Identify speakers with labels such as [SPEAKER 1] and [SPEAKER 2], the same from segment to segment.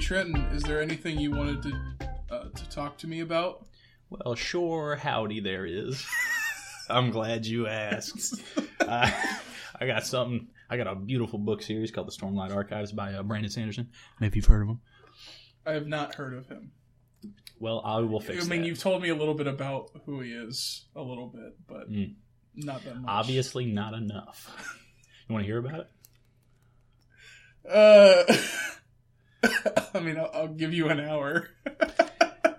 [SPEAKER 1] Trenton, is there anything you wanted to uh, to talk to me about?
[SPEAKER 2] Well, sure, howdy, there is. I'm glad you asked. uh, I got something. I got a beautiful book series called The Stormlight Archives by uh, Brandon Sanderson. I don't know if you've heard of him.
[SPEAKER 1] I have not heard of him.
[SPEAKER 2] Well, I will
[SPEAKER 1] I
[SPEAKER 2] fix
[SPEAKER 1] mean,
[SPEAKER 2] that.
[SPEAKER 1] you've told me a little bit about who he is, a little bit, but
[SPEAKER 2] Mm.
[SPEAKER 1] not that much.
[SPEAKER 2] Obviously, not enough. You want to hear about it?
[SPEAKER 1] Uh, I mean, I'll, I'll give you an hour.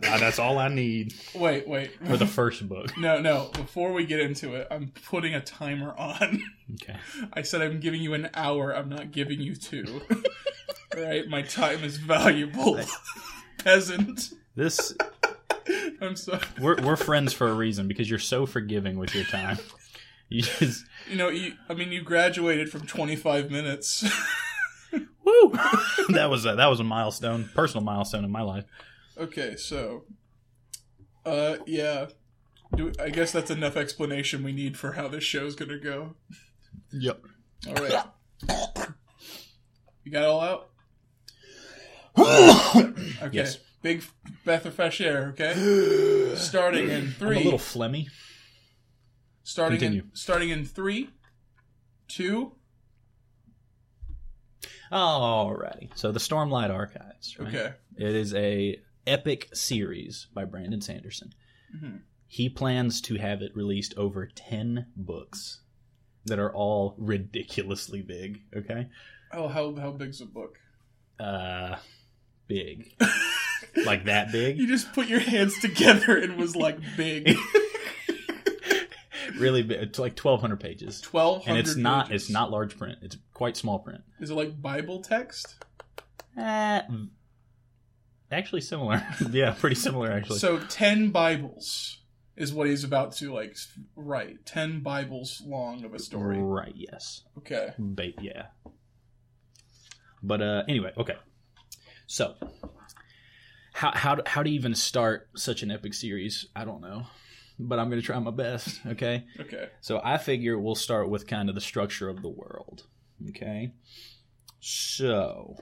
[SPEAKER 2] Ah, that's all I need
[SPEAKER 1] Wait, wait.
[SPEAKER 2] for the first book.
[SPEAKER 1] No, no. Before we get into it, I'm putting a timer on.
[SPEAKER 2] Okay.
[SPEAKER 1] I said I'm giving you an hour. I'm not giving you two. All right, my time is valuable, peasant.
[SPEAKER 2] This
[SPEAKER 1] I'm sorry.
[SPEAKER 2] we're we're friends for a reason because you're so forgiving with your time. You just
[SPEAKER 1] You know, you, I mean, you graduated from 25 minutes.
[SPEAKER 2] woo. that was a, that was a milestone, personal milestone in my life.
[SPEAKER 1] okay, so, uh, yeah. Do, I guess that's enough explanation we need for how this show's gonna go.
[SPEAKER 2] Yep.
[SPEAKER 1] All right. You got it all out? Okay.
[SPEAKER 2] Yes.
[SPEAKER 1] Big breath of fresh air, okay?
[SPEAKER 2] Uh,
[SPEAKER 1] starting in
[SPEAKER 2] I'm
[SPEAKER 1] 3
[SPEAKER 2] a little phlegmy.
[SPEAKER 1] starting in
[SPEAKER 2] continue.
[SPEAKER 1] starting in three, two.
[SPEAKER 2] Alrighty. So the Stormlight Archives. Right?
[SPEAKER 1] Okay.
[SPEAKER 2] It is a epic series by Brandon Sanderson.
[SPEAKER 1] Mm-hmm.
[SPEAKER 2] He plans to have it released over ten books that are all ridiculously big. Okay.
[SPEAKER 1] Oh, how how big's a book?
[SPEAKER 2] Uh, big. like that big.
[SPEAKER 1] You just put your hands together and was like big.
[SPEAKER 2] really big. It's like 1,200 pages.
[SPEAKER 1] Twelve
[SPEAKER 2] And
[SPEAKER 1] hundred.
[SPEAKER 2] it's not it's not large print. It's quite small print.
[SPEAKER 1] Is it like Bible text?
[SPEAKER 2] Uh, actually similar. yeah, pretty similar actually.
[SPEAKER 1] So ten Bibles is what he's about to like write. Ten Bibles long of a story.
[SPEAKER 2] Right, yes.
[SPEAKER 1] Okay.
[SPEAKER 2] Ba- yeah. But uh, anyway, okay. So, how how to, how to even start such an epic series? I don't know, but I'm gonna try my best. Okay.
[SPEAKER 1] Okay.
[SPEAKER 2] So I figure we'll start with kind of the structure of the world. Okay. So,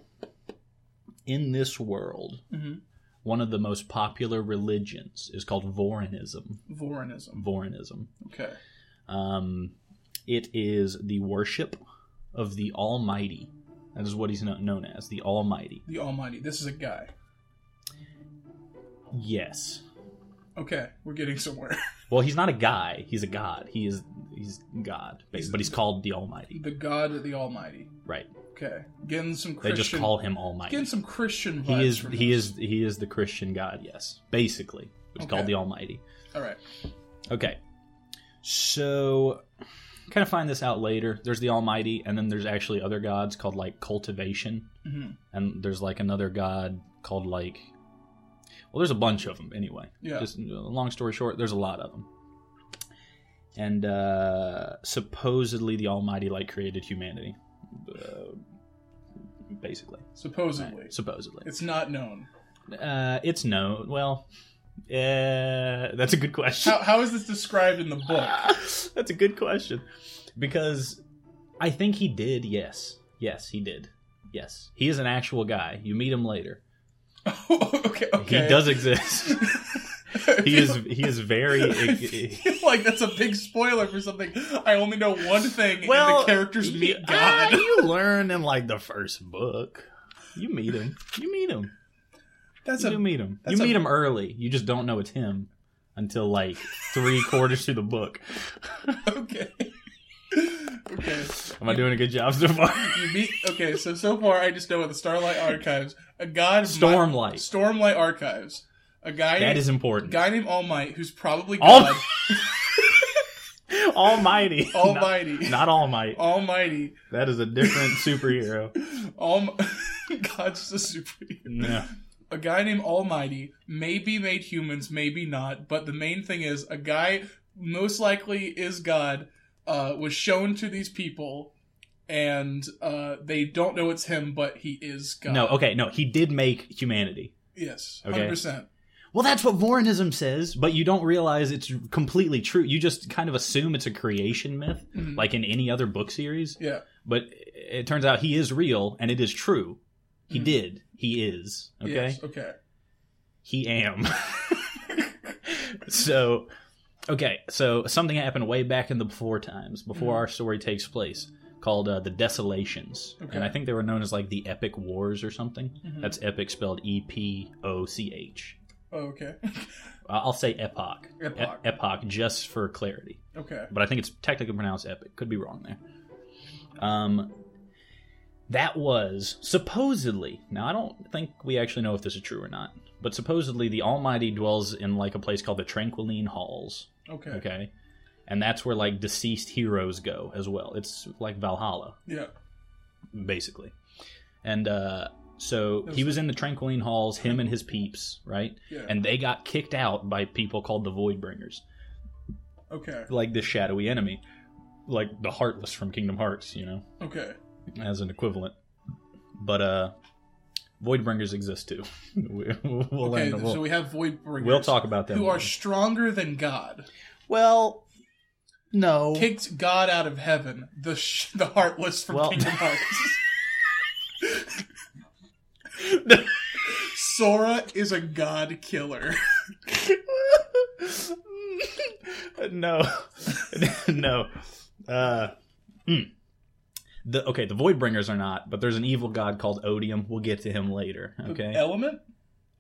[SPEAKER 2] in this world,
[SPEAKER 1] hmm
[SPEAKER 2] one of the most popular religions is called Vorinism.
[SPEAKER 1] Vorinism.
[SPEAKER 2] Vorinism.
[SPEAKER 1] Okay.
[SPEAKER 2] Um, it is the worship of the Almighty. That is what he's kno- known as, the Almighty.
[SPEAKER 1] The Almighty. This is a guy.
[SPEAKER 2] Yes.
[SPEAKER 1] Okay, we're getting somewhere.
[SPEAKER 2] Well, he's not a guy. He's a god. He is he's God, bas- but he's called the Almighty.
[SPEAKER 1] the God of the Almighty.
[SPEAKER 2] Right.
[SPEAKER 1] Okay. Getting some
[SPEAKER 2] They
[SPEAKER 1] Christian.
[SPEAKER 2] just call him Almighty.
[SPEAKER 1] Getting some Christian vibes
[SPEAKER 2] He is
[SPEAKER 1] from
[SPEAKER 2] he
[SPEAKER 1] this.
[SPEAKER 2] is he is the Christian God. Yes, basically, he's
[SPEAKER 1] Okay.
[SPEAKER 2] called the Almighty.
[SPEAKER 1] All right.
[SPEAKER 2] Okay. So kind of find this out later. There's the Almighty, and then there's actually other gods called like cultivation,
[SPEAKER 1] Mhm.
[SPEAKER 2] and there's like another god called like. Well, there's a bunch of them anyway.
[SPEAKER 1] Yeah.
[SPEAKER 2] Just uh, long story short, there's a lot of them. And uh, supposedly the Almighty like created humanity, uh, basically.
[SPEAKER 1] Supposedly.
[SPEAKER 2] Supposedly,
[SPEAKER 1] It's not known.
[SPEAKER 2] uh, it's known. Well, uh, that's a good question.
[SPEAKER 1] How, how is this described in the book?
[SPEAKER 2] That's a good question. Because I think he did, yes. Yes, he did. Yes. He is an actual guy. You meet him later.
[SPEAKER 1] okay, okay.
[SPEAKER 2] He does exist. he is he is very
[SPEAKER 1] like that's a big spoiler for something. I only know one thing. Well,
[SPEAKER 2] Well,
[SPEAKER 1] the characters meet
[SPEAKER 2] you- ah,
[SPEAKER 1] God.
[SPEAKER 2] you learn in like the first book. You meet him. You meet him.
[SPEAKER 1] That's
[SPEAKER 2] You do
[SPEAKER 1] a
[SPEAKER 2] meet him. You
[SPEAKER 1] that's a-
[SPEAKER 2] meet him early. You just don't know it's him until like three quarters through the book.
[SPEAKER 1] okay. okay.
[SPEAKER 2] Am I doing a good job so far?
[SPEAKER 1] You meet okay. So so far, I just know with the Starlight Archives, a god
[SPEAKER 2] Stormlight.
[SPEAKER 1] Stormlight Archives, a guy
[SPEAKER 2] That
[SPEAKER 1] named,
[SPEAKER 2] is important.
[SPEAKER 1] guy named All Might who's probably
[SPEAKER 2] All-
[SPEAKER 1] God,
[SPEAKER 2] Almighty. Not-
[SPEAKER 1] Almighty,
[SPEAKER 2] Not Almighty.
[SPEAKER 1] Almighty,
[SPEAKER 2] That is a different superhero.
[SPEAKER 1] All God's the superhero.
[SPEAKER 2] No.
[SPEAKER 1] a guy named Almighty maybe made humans, maybe not, but the main thing is a guy most likely is God uh, was shown to these people, and uh, they don't know it's him, but he is God.
[SPEAKER 2] No, okay, no, he did make humanity.
[SPEAKER 1] yes,
[SPEAKER 2] Okay.
[SPEAKER 1] hundred percent.
[SPEAKER 2] Well, that's what Vorinism says, but you don't realize it's completely true. You just kind of assume it's a creation myth,
[SPEAKER 1] Mhm.
[SPEAKER 2] like in any other book series,
[SPEAKER 1] Yeah,
[SPEAKER 2] but it turns out he is real and it is true. He
[SPEAKER 1] Mm.
[SPEAKER 2] did. He is. Okay.
[SPEAKER 1] Yes, okay.
[SPEAKER 2] He am. so, okay. So something happened way back in the before times, before
[SPEAKER 1] Mhm.
[SPEAKER 2] our story takes place, called uh, the Desolations,
[SPEAKER 1] Okay.
[SPEAKER 2] and I think they were known as like the Epic Wars or something.
[SPEAKER 1] Mhm.
[SPEAKER 2] That's epic spelled E P O C H.
[SPEAKER 1] Oh, okay.
[SPEAKER 2] I- I'll say epoch. E-
[SPEAKER 1] Epoch.
[SPEAKER 2] epoch, just for clarity.
[SPEAKER 1] Okay.
[SPEAKER 2] But I think it's technically pronounced epic. Could be wrong there. Um, that was supposedly. Now I don't think we actually know if this is true or not. But supposedly the Almighty dwells in like a place called the Tranquiline Halls.
[SPEAKER 1] Okay.
[SPEAKER 2] Okay. And that's where like deceased heroes go as well. It's like Valhalla,
[SPEAKER 1] Yeah.
[SPEAKER 2] basically. And uh, so he was in the Tranquiline Halls, him and his peeps, right?
[SPEAKER 1] Yeah.
[SPEAKER 2] and they got kicked out by people called the Voidbringers,
[SPEAKER 1] okay.
[SPEAKER 2] like this shadowy enemy, like the Heartless from Kingdom Hearts, you know,
[SPEAKER 1] Okay.
[SPEAKER 2] as an equivalent. But uh, Voidbringers exist too. We- we'll,
[SPEAKER 1] okay.
[SPEAKER 2] end-
[SPEAKER 1] th-
[SPEAKER 2] we'll-
[SPEAKER 1] so we have void bringers.
[SPEAKER 2] we'll talk about them.
[SPEAKER 1] Who are
[SPEAKER 2] later.
[SPEAKER 1] stronger than God?
[SPEAKER 2] well, no.
[SPEAKER 1] Kicked God out of heaven. The sh- the heartless from
[SPEAKER 2] Well-
[SPEAKER 1] Kingdom Hearts. Sora is a god killer.
[SPEAKER 2] no, no. Uh, mm. The okay, the Voidbringers are not, but there's an evil god called Odium. We'll get to him later.
[SPEAKER 1] The
[SPEAKER 2] Okay,
[SPEAKER 1] Element?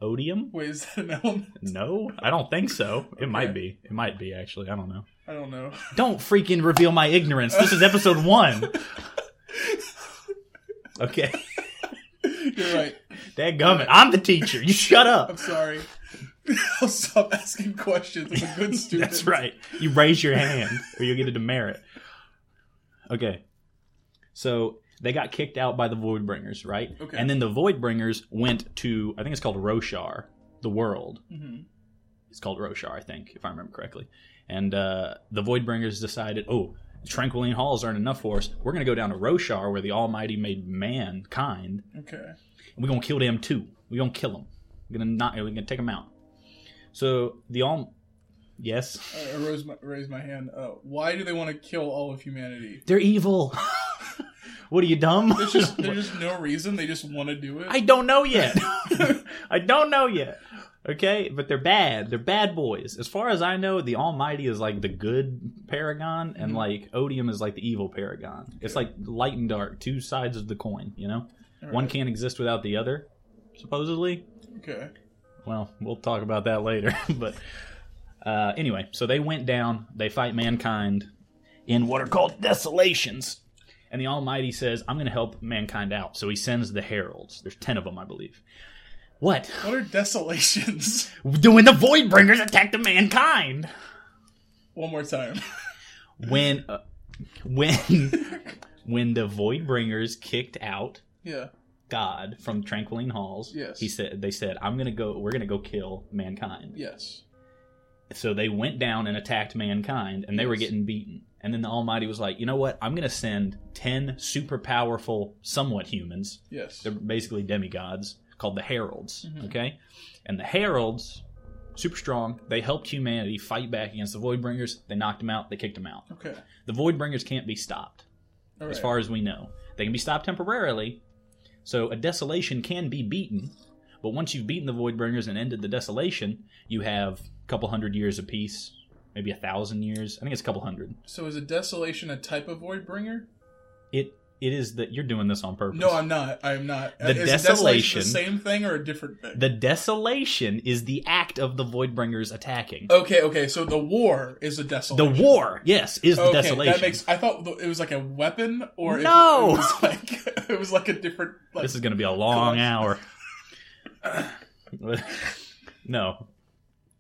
[SPEAKER 2] Odium?
[SPEAKER 1] Wait, is that an element?
[SPEAKER 2] No, I don't think so. It might
[SPEAKER 1] Okay.
[SPEAKER 2] be. It might be actually. I don't know.
[SPEAKER 1] I don't know.
[SPEAKER 2] Don't freaking reveal my ignorance. This is episode one. Okay,
[SPEAKER 1] You're right.
[SPEAKER 2] that gummit. I'm the teacher. You shut
[SPEAKER 1] I'm
[SPEAKER 2] up.
[SPEAKER 1] sorry. I'll stop asking questions. I'm a good student.
[SPEAKER 2] That's right. You raise your hand or you'll get a demerit. Okay. So they got kicked out by the Voidbringers, right?
[SPEAKER 1] Okay.
[SPEAKER 2] And then the Voidbringers went to, I think it's called Roshar, the world.
[SPEAKER 1] Mhm.
[SPEAKER 2] It's called Roshar, I think, if I remember correctly. And uh, the Voidbringers decided, oh, Tranquiline Halls aren't enough for us. We're going to go down to Roshar, where the Almighty made mankind,
[SPEAKER 1] Okay.
[SPEAKER 2] and we're going to kill them too. We're going to kill them. We're going to not. We're going to take them out. So the All, yes,
[SPEAKER 1] I I raised my, raised my hand. Uh, why do they want to kill all of humanity?
[SPEAKER 2] they're evil. what are you dumb?
[SPEAKER 1] There's just there's just no reason. They just want to do it.
[SPEAKER 2] I don't know yet. I don't know yet. Okay, but they're bad. They're bad boys. As far as I know, the Almighty is like the good paragon, and
[SPEAKER 1] Mhm.
[SPEAKER 2] like Odium is like the evil paragon. It's like light and dark, two sides of the coin. You know,
[SPEAKER 1] All
[SPEAKER 2] one
[SPEAKER 1] right.
[SPEAKER 2] can't exist without the other. Supposedly,
[SPEAKER 1] Okay.
[SPEAKER 2] well, we'll talk about that later. but uh, anyway, so they went down. They fight mankind in what are called desolations. And the Almighty says, "I'm going to help mankind out." So He sends the heralds. There's ten of them, I believe. What?
[SPEAKER 1] What are desolations?
[SPEAKER 2] Doing the Voidbringers attack the mankind?
[SPEAKER 1] One more time.
[SPEAKER 2] When, uh, when, when the Voidbringers kicked out
[SPEAKER 1] Yeah.
[SPEAKER 2] God from Tranquiline Halls,
[SPEAKER 1] Yes.
[SPEAKER 2] he said, "They said, I'm going to go. We're going to go kill mankind."
[SPEAKER 1] Yes.
[SPEAKER 2] so they went down and attacked mankind and they were
[SPEAKER 1] Yes.
[SPEAKER 2] getting beaten and then the almighty was like you know what i'm going to send 10 super powerful somewhat humans
[SPEAKER 1] Yes.
[SPEAKER 2] they're basically demigods called the heralds
[SPEAKER 1] Mhm.
[SPEAKER 2] okay and the heralds super strong they helped humanity fight back against the voidbringers they knocked them out they kicked them out
[SPEAKER 1] Okay.
[SPEAKER 2] the voidbringers can't be stopped
[SPEAKER 1] All right.
[SPEAKER 2] as far as we know they can be stopped temporarily so a desolation can be beaten but once you've beaten the voidbringers and ended the desolation you have a couple hundred years apiece maybe a thousand years i think it's a couple hundred
[SPEAKER 1] so is a desolation a type of void bringer?
[SPEAKER 2] it it is that you're doing this on purpose
[SPEAKER 1] No, I'm not. I'm not.
[SPEAKER 2] The
[SPEAKER 1] is a
[SPEAKER 2] desolation-
[SPEAKER 1] the same thing or a different thing?
[SPEAKER 2] the desolation is the act of the voidbringers attacking
[SPEAKER 1] okay. Okay. So the war is a
[SPEAKER 2] the
[SPEAKER 1] desolation.
[SPEAKER 2] war yes is the
[SPEAKER 1] Oh, okay,
[SPEAKER 2] desolation
[SPEAKER 1] That makes. I thought th- it was like a weapon or if
[SPEAKER 2] No!
[SPEAKER 1] it, was like it was like a different. Like,
[SPEAKER 2] this is going to be a long
[SPEAKER 1] Correct.
[SPEAKER 2] hour. no.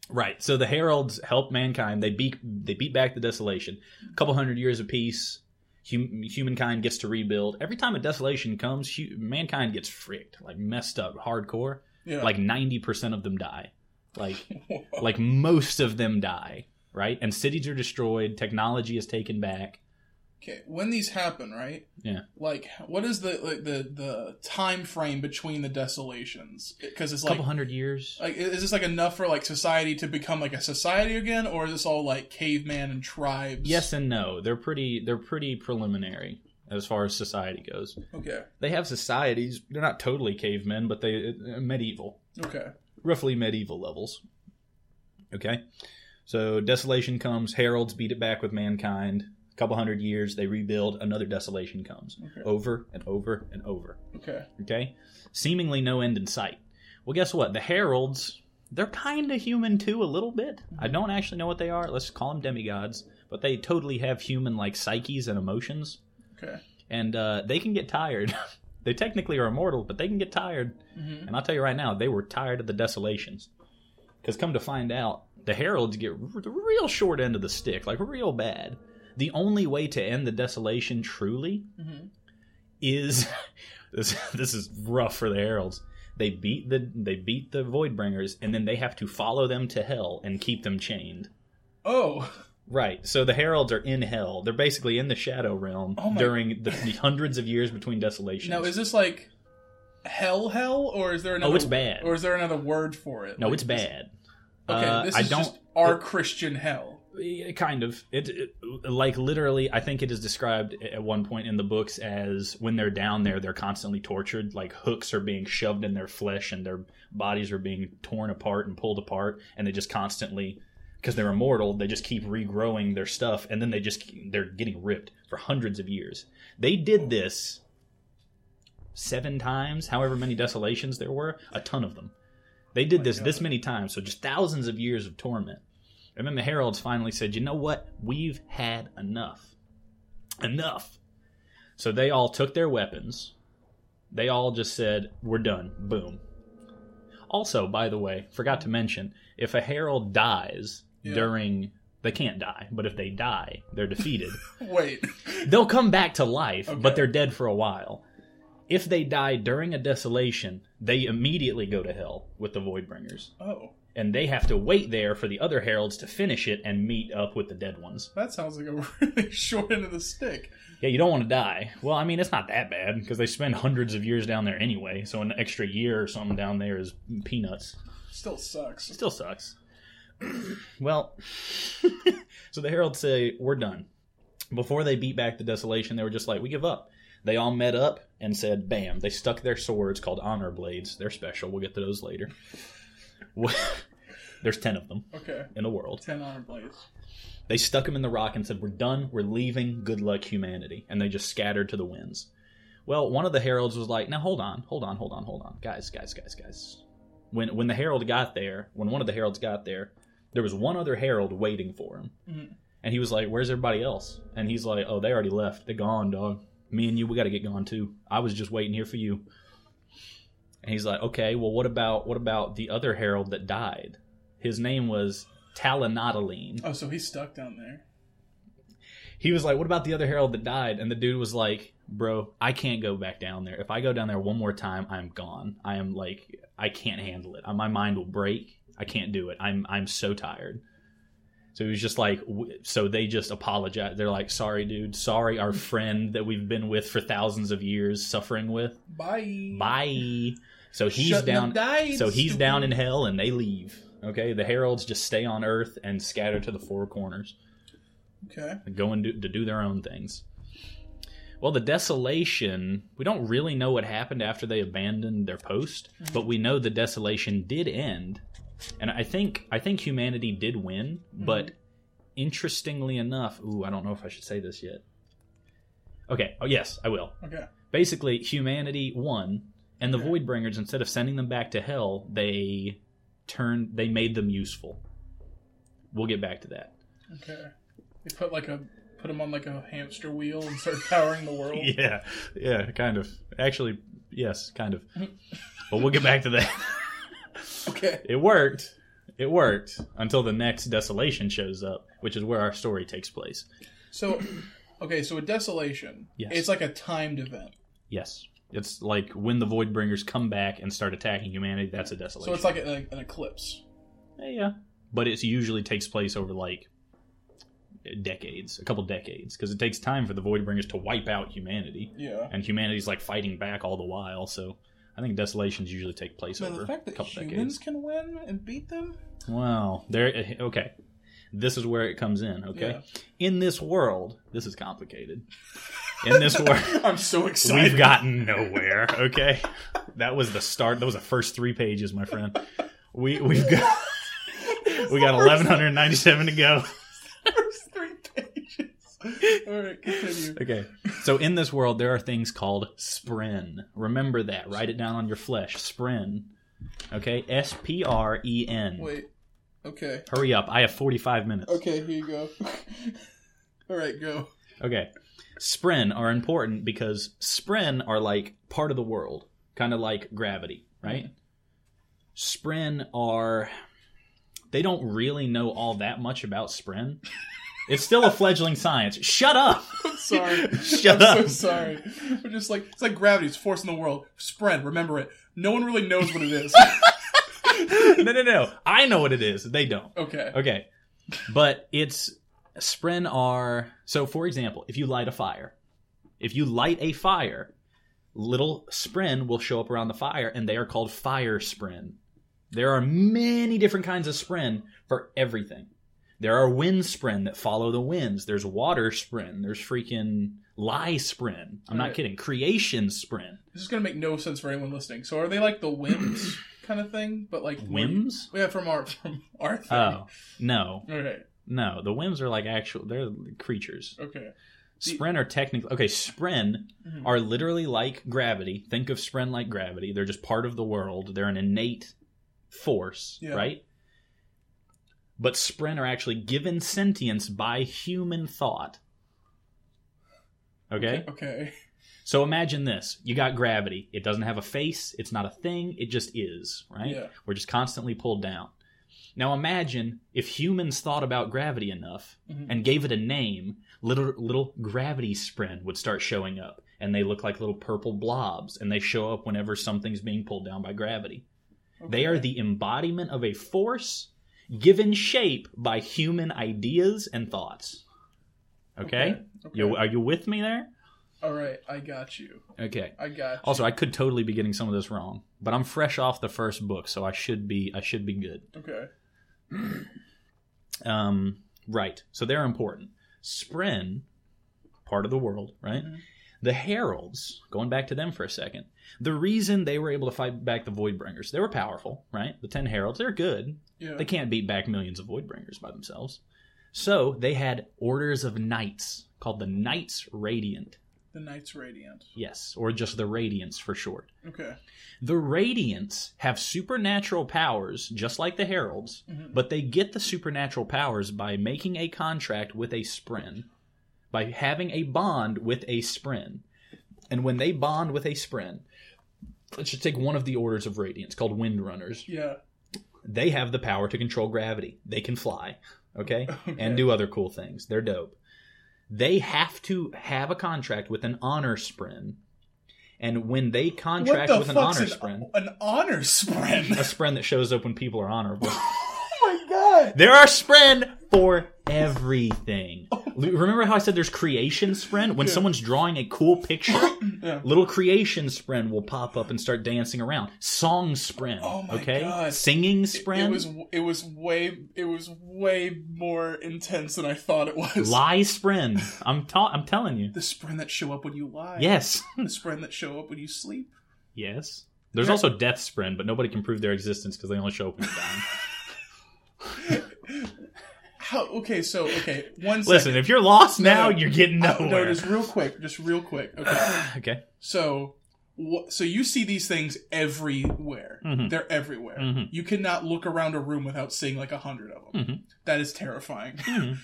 [SPEAKER 2] Right. So the heralds help mankind. They beat they beat back the desolation. A couple hundred years apiece. Hum- humankind gets to rebuild. Every time a desolation comes, hu- mankind gets fricked, like messed up, hardcore.
[SPEAKER 1] yeah.
[SPEAKER 2] Like ninety percent of them die. Like like most of them die. Right. And cities are destroyed. Technology is taken back.
[SPEAKER 1] Okay, when these happen, right?
[SPEAKER 2] Yeah.
[SPEAKER 1] Like, what is the like, the the time frame between the desolations? Because it's
[SPEAKER 2] A
[SPEAKER 1] like,
[SPEAKER 2] couple hundred years.
[SPEAKER 1] like, is this like enough for like society to become like a society again, or is this all like caveman and tribes?
[SPEAKER 2] Yes and no. They're pretty. They're pretty preliminary. as far as society goes.
[SPEAKER 1] Okay.
[SPEAKER 2] They have societies. They're not totally cavemen, but they uh, medieval,
[SPEAKER 1] Okay.
[SPEAKER 2] roughly medieval levels. Okay. So desolation comes. Heralds beat it back with mankind. A couple hundred years, they rebuild. Another desolation comes
[SPEAKER 1] Okay.
[SPEAKER 2] over and over and over.
[SPEAKER 1] Okay.
[SPEAKER 2] Okay. Seemingly no end in sight. Well, guess what? The heralds, they're kind of human too, a little bit. I don't actually know what they are. Let's call them demigods, but they totally have human like psyches and emotions,
[SPEAKER 1] Okay.
[SPEAKER 2] and uh, they can get tired. they technically are immortal, but they can get tired.
[SPEAKER 1] hmm
[SPEAKER 2] And I'll tell you right now, they were tired of the desolations. Because come to find out, the heralds get r- the real short end of the stick, like real bad. The only way to end the desolation truly
[SPEAKER 1] hmm
[SPEAKER 2] is this this is rough for the heralds. They beat the they beat the Voidbringers, and then they have to follow them to hell and keep them chained.
[SPEAKER 1] Oh.
[SPEAKER 2] Right. So the heralds are in hell. They're basically in the shadow realm
[SPEAKER 1] Oh my-
[SPEAKER 2] during the, the hundreds of years between desolations.
[SPEAKER 1] Now is this like hell hell or is there another
[SPEAKER 2] oh, it's bad.
[SPEAKER 1] or is there another word for it?
[SPEAKER 2] no,
[SPEAKER 1] Like
[SPEAKER 2] it's
[SPEAKER 1] this-
[SPEAKER 2] bad.
[SPEAKER 1] Okay,
[SPEAKER 2] Uh,
[SPEAKER 1] this is
[SPEAKER 2] I don't.
[SPEAKER 1] just our Christian hell.
[SPEAKER 2] Yeah, kind of it, it like literally i think it is described at one point in the books as when they're down there they're constantly tortured like hooks are being shoved in their flesh and their bodies are being torn apart and pulled apart and they just constantly because they're immortal they just keep regrowing their stuff and then they just they're getting ripped for hundreds of years they did this seven times however many desolations there were a ton of them they did
[SPEAKER 1] my
[SPEAKER 2] this
[SPEAKER 1] God.
[SPEAKER 2] this many times so just thousands of years of torment and then the heralds finally said, you know what? We've had enough. Enough. So they all took their weapons. They all just said, we're done. Boom. Also, by the way, forgot to mention if a herald dies
[SPEAKER 1] Yeah.
[SPEAKER 2] during. They can't die, but if they die, they're defeated.
[SPEAKER 1] Wait.
[SPEAKER 2] They'll come back to life,
[SPEAKER 1] Okay.
[SPEAKER 2] but they're dead for a while. If they die during a desolation, they immediately go to hell with the Voidbringers
[SPEAKER 1] Oh,
[SPEAKER 2] and they have to wait there for the other heralds to finish it and meet up with the dead ones.
[SPEAKER 1] that sounds like a really short end of the stick.
[SPEAKER 2] Yeah, you don't want to die. Well, I mean, it's not that bad because they spend hundreds of years down there anyway, so an extra year or something down there is peanuts.
[SPEAKER 1] Still sucks.
[SPEAKER 2] Still sucks. well, so the heralds say, We're done. Before they beat back the desolation, they were just like, We give up. They all met up and said, Bam. They stuck their swords called honor blades. They're special. We'll get to those later. There's 10 of them
[SPEAKER 1] Okay.
[SPEAKER 2] in the world.
[SPEAKER 1] Ten honor blades.
[SPEAKER 2] They stuck him in the rock and said, We're done, we're leaving, good luck, humanity. And they just scattered to the winds. Well, one of the heralds was like, Now hold on, hold on, hold on, hold on. Guys, guys, guys, guys. When when the herald got there, when one of the heralds got there, there was one other herald waiting for him.
[SPEAKER 1] Mhm.
[SPEAKER 2] And he was like, Where's everybody else? And he's like, Oh, they already left. They're gone, dog. Me and you, we gotta get gone too. I was just waiting here for you. And he's like, Okay, well what about what about the other herald that died? His name was Talonadaline
[SPEAKER 1] Oh, so he's stuck down there.
[SPEAKER 2] he was like, "What about the other herald that died?" And the dude was like, "Bro, I can't go back down there. If I go down there one more time, I'm gone. I am like, I can't handle it. My mind will break. I can't do it. I'm I'm so tired." So he was just like, w- so they just apologize. They're like, "Sorry, dude. Sorry, our friend that we've been with for thousands of years, suffering with.
[SPEAKER 1] Bye.
[SPEAKER 2] Bye." So he's
[SPEAKER 1] Shouldn't
[SPEAKER 2] down.
[SPEAKER 1] have died,
[SPEAKER 2] So he's
[SPEAKER 1] stupid.
[SPEAKER 2] down in hell, and they leave. Okay, the heralds just stay on Earth and scatter to the four corners
[SPEAKER 1] Okay.
[SPEAKER 2] going to, to do their own things. Well, the desolation, we don't really know what happened after they abandoned their post, but we know the desolation did end. And I think I think humanity did win, but interestingly enough, ooh, I don't know if I should say this yet. Okay, oh yes, I will.
[SPEAKER 1] Okay.
[SPEAKER 2] Basically, humanity won, and the
[SPEAKER 1] Okay.
[SPEAKER 2] Voidbringers instead of sending them back to hell, they turned they made them useful. We'll get back to that.
[SPEAKER 1] Okay. They put like a put him on like a hamster wheel and start powering the world.
[SPEAKER 2] yeah, yeah, kind of. Actually, yes, kind of. but we'll get back to that.
[SPEAKER 1] Okay.
[SPEAKER 2] it worked. It worked until the next desolation shows up, which is where our story takes place.
[SPEAKER 1] So, okay. So a desolation.
[SPEAKER 2] Yes.
[SPEAKER 1] It's like a timed event.
[SPEAKER 2] Yes, it's like when the Voidbringers come back and start attacking humanity. That's a desolation.
[SPEAKER 1] So it's like a, like an eclipse.
[SPEAKER 2] Yeah, yeah, but it usually takes place over like decades, a couple decades, because it takes time for the Voidbringers to wipe out humanity,
[SPEAKER 1] Yeah.
[SPEAKER 2] and humanity's like fighting back all the while. So. I think desolations usually take place
[SPEAKER 1] Man,
[SPEAKER 2] over
[SPEAKER 1] the fact
[SPEAKER 2] a
[SPEAKER 1] that
[SPEAKER 2] couple
[SPEAKER 1] humans
[SPEAKER 2] decades.
[SPEAKER 1] can win and beat them.
[SPEAKER 2] Wow. There. eh, Okay. This is where it comes in. Okay. In this world, this is complicated. in this war.
[SPEAKER 1] I'm so
[SPEAKER 2] We've
[SPEAKER 1] excited.
[SPEAKER 2] gotten nowhere. Okay, that was the start. That was the first three pages, my friend. We we've got we got eleven hundred ninety seven to go.
[SPEAKER 1] First three pages. All right, continue.
[SPEAKER 2] Okay, so in this world, there are things called spren. Remember that. Write it down on your flesh. Spren. Okay, S P R E N.
[SPEAKER 1] Wait. Okay.
[SPEAKER 2] Hurry up! I have forty five minutes.
[SPEAKER 1] Okay, here you go. All right, go.
[SPEAKER 2] Okay. Spren are important because spren are like part of the world, kind of like gravity, right? Spren are they don't really know all that much about spren. It's still a fledgling science. Shut up.
[SPEAKER 1] I'm sorry.
[SPEAKER 2] Shut
[SPEAKER 1] I'm
[SPEAKER 2] up.
[SPEAKER 1] so sorry. We're just like it's like gravity, it's force in the world. Spread, remember it. No one really knows what it is.
[SPEAKER 2] no, no, no. I know what it is. They don't.
[SPEAKER 1] okay.
[SPEAKER 2] Okay. But it's spren are so for example, if you light a fire, if you light a fire, little spren will show up around the fire and they are called fire spren. There are many different kinds of spren for everything. There are wind spren that follow the winds. There's water spren. There's freaking lie spren. I'm not
[SPEAKER 1] Right.
[SPEAKER 2] kidding. Creation spren.
[SPEAKER 1] This is gonna make no sense for anyone listening. So are they like the whims kind of thing? But like
[SPEAKER 2] Whims?
[SPEAKER 1] Yeah, from our from our thing.
[SPEAKER 2] Oh, no.
[SPEAKER 1] Okay.
[SPEAKER 2] No. The whims are like actual, they're creatures.
[SPEAKER 1] Okay. The-
[SPEAKER 2] Spren are technically okay. Spren
[SPEAKER 1] Mhm.
[SPEAKER 2] are literally like gravity. Think of spren like gravity. They're just part of the world. They're an innate force,
[SPEAKER 1] Yeah.
[SPEAKER 2] right? But spren are actually given sentience by human thought. Okay?
[SPEAKER 1] Okay.
[SPEAKER 2] So imagine this. You got gravity. It doesn't have a face. It's not a thing. It just is, right?
[SPEAKER 1] Yeah.
[SPEAKER 2] We're just constantly pulled down. Now imagine if humans thought about gravity enough
[SPEAKER 1] Mhm.
[SPEAKER 2] and gave it a name, little little gravity spren would start showing up, and they look like little purple blobs, and they show up whenever something's being pulled down by gravity. They are
[SPEAKER 1] Okay.
[SPEAKER 2] the embodiment of a force given shape by human ideas and thoughts. Okay,
[SPEAKER 1] Okay.
[SPEAKER 2] You, are you with me there?
[SPEAKER 1] All right, I got you.
[SPEAKER 2] Okay.
[SPEAKER 1] I got you.
[SPEAKER 2] Also, I could totally be getting some of this wrong, but I'm fresh off the first book, so I should be I should be good.
[SPEAKER 1] Okay.
[SPEAKER 2] Um, right. So they're important. Spren, part of the world, right?
[SPEAKER 1] Mhm.
[SPEAKER 2] The Heralds, going back to them for a second. The reason they were able to fight back the Voidbringers, they were powerful, right? The Ten Heralds, they're good.
[SPEAKER 1] Yeah.
[SPEAKER 2] They can't beat back millions of Voidbringers by themselves. So they had orders of knights called the Knights Radiant.
[SPEAKER 1] The Knights Radiant.
[SPEAKER 2] Yes, or just the Radiants for short.
[SPEAKER 1] Okay.
[SPEAKER 2] The Radiants have supernatural powers, just like the Heralds,
[SPEAKER 1] Mhm.
[SPEAKER 2] but they get the supernatural powers by making a contract with a Spren, by having a bond with a Spren. And when they bond with a Spren, let's just take one of the orders of Radiance called Windrunners.
[SPEAKER 1] Yeah.
[SPEAKER 2] They have the power to control gravity. They can fly, okay?
[SPEAKER 1] Okay.
[SPEAKER 2] And do other cool things. They're dope. They have to have a contract with an honor Spren. And when they
[SPEAKER 1] what
[SPEAKER 2] contract
[SPEAKER 1] the
[SPEAKER 2] with an
[SPEAKER 1] fuck's
[SPEAKER 2] honor
[SPEAKER 1] an,
[SPEAKER 2] Spren,
[SPEAKER 1] an honor spren?
[SPEAKER 2] a spren that shows up when people are honorable.
[SPEAKER 1] oh my god.
[SPEAKER 2] there are spren for everything. Lu- Remember how I said there's creation spren? When
[SPEAKER 1] Yeah.
[SPEAKER 2] someone's drawing a cool picture,
[SPEAKER 1] Yeah.
[SPEAKER 2] little creation spren will pop up and start dancing around. Song spren,
[SPEAKER 1] Oh my
[SPEAKER 2] okay?
[SPEAKER 1] God.
[SPEAKER 2] Singing
[SPEAKER 1] It
[SPEAKER 2] spren,
[SPEAKER 1] was it was way it was way more intense than I thought it was.
[SPEAKER 2] lie spren. I'm ta- I'm telling you.
[SPEAKER 1] The spren that show up when you lie.
[SPEAKER 2] Yes.
[SPEAKER 1] The spren that show up when you sleep.
[SPEAKER 2] Yes. There's
[SPEAKER 1] Yeah.
[SPEAKER 2] also death spren, but nobody can prove their existence because they only show up when they're dying.
[SPEAKER 1] How? Okay. So okay. One second.
[SPEAKER 2] Listen, if you're lost now,
[SPEAKER 1] No, no.
[SPEAKER 2] you're getting
[SPEAKER 1] Oh,
[SPEAKER 2] nowhere.
[SPEAKER 1] no, just real quick. Just real quick. Okay.
[SPEAKER 2] okay.
[SPEAKER 1] So, wh- so you see these things everywhere.
[SPEAKER 2] Mhm.
[SPEAKER 1] They're everywhere.
[SPEAKER 2] Mhm.
[SPEAKER 1] You cannot look around a room without seeing like a hundred of them.
[SPEAKER 2] Mhm.
[SPEAKER 1] That is terrifying.
[SPEAKER 2] Mhm.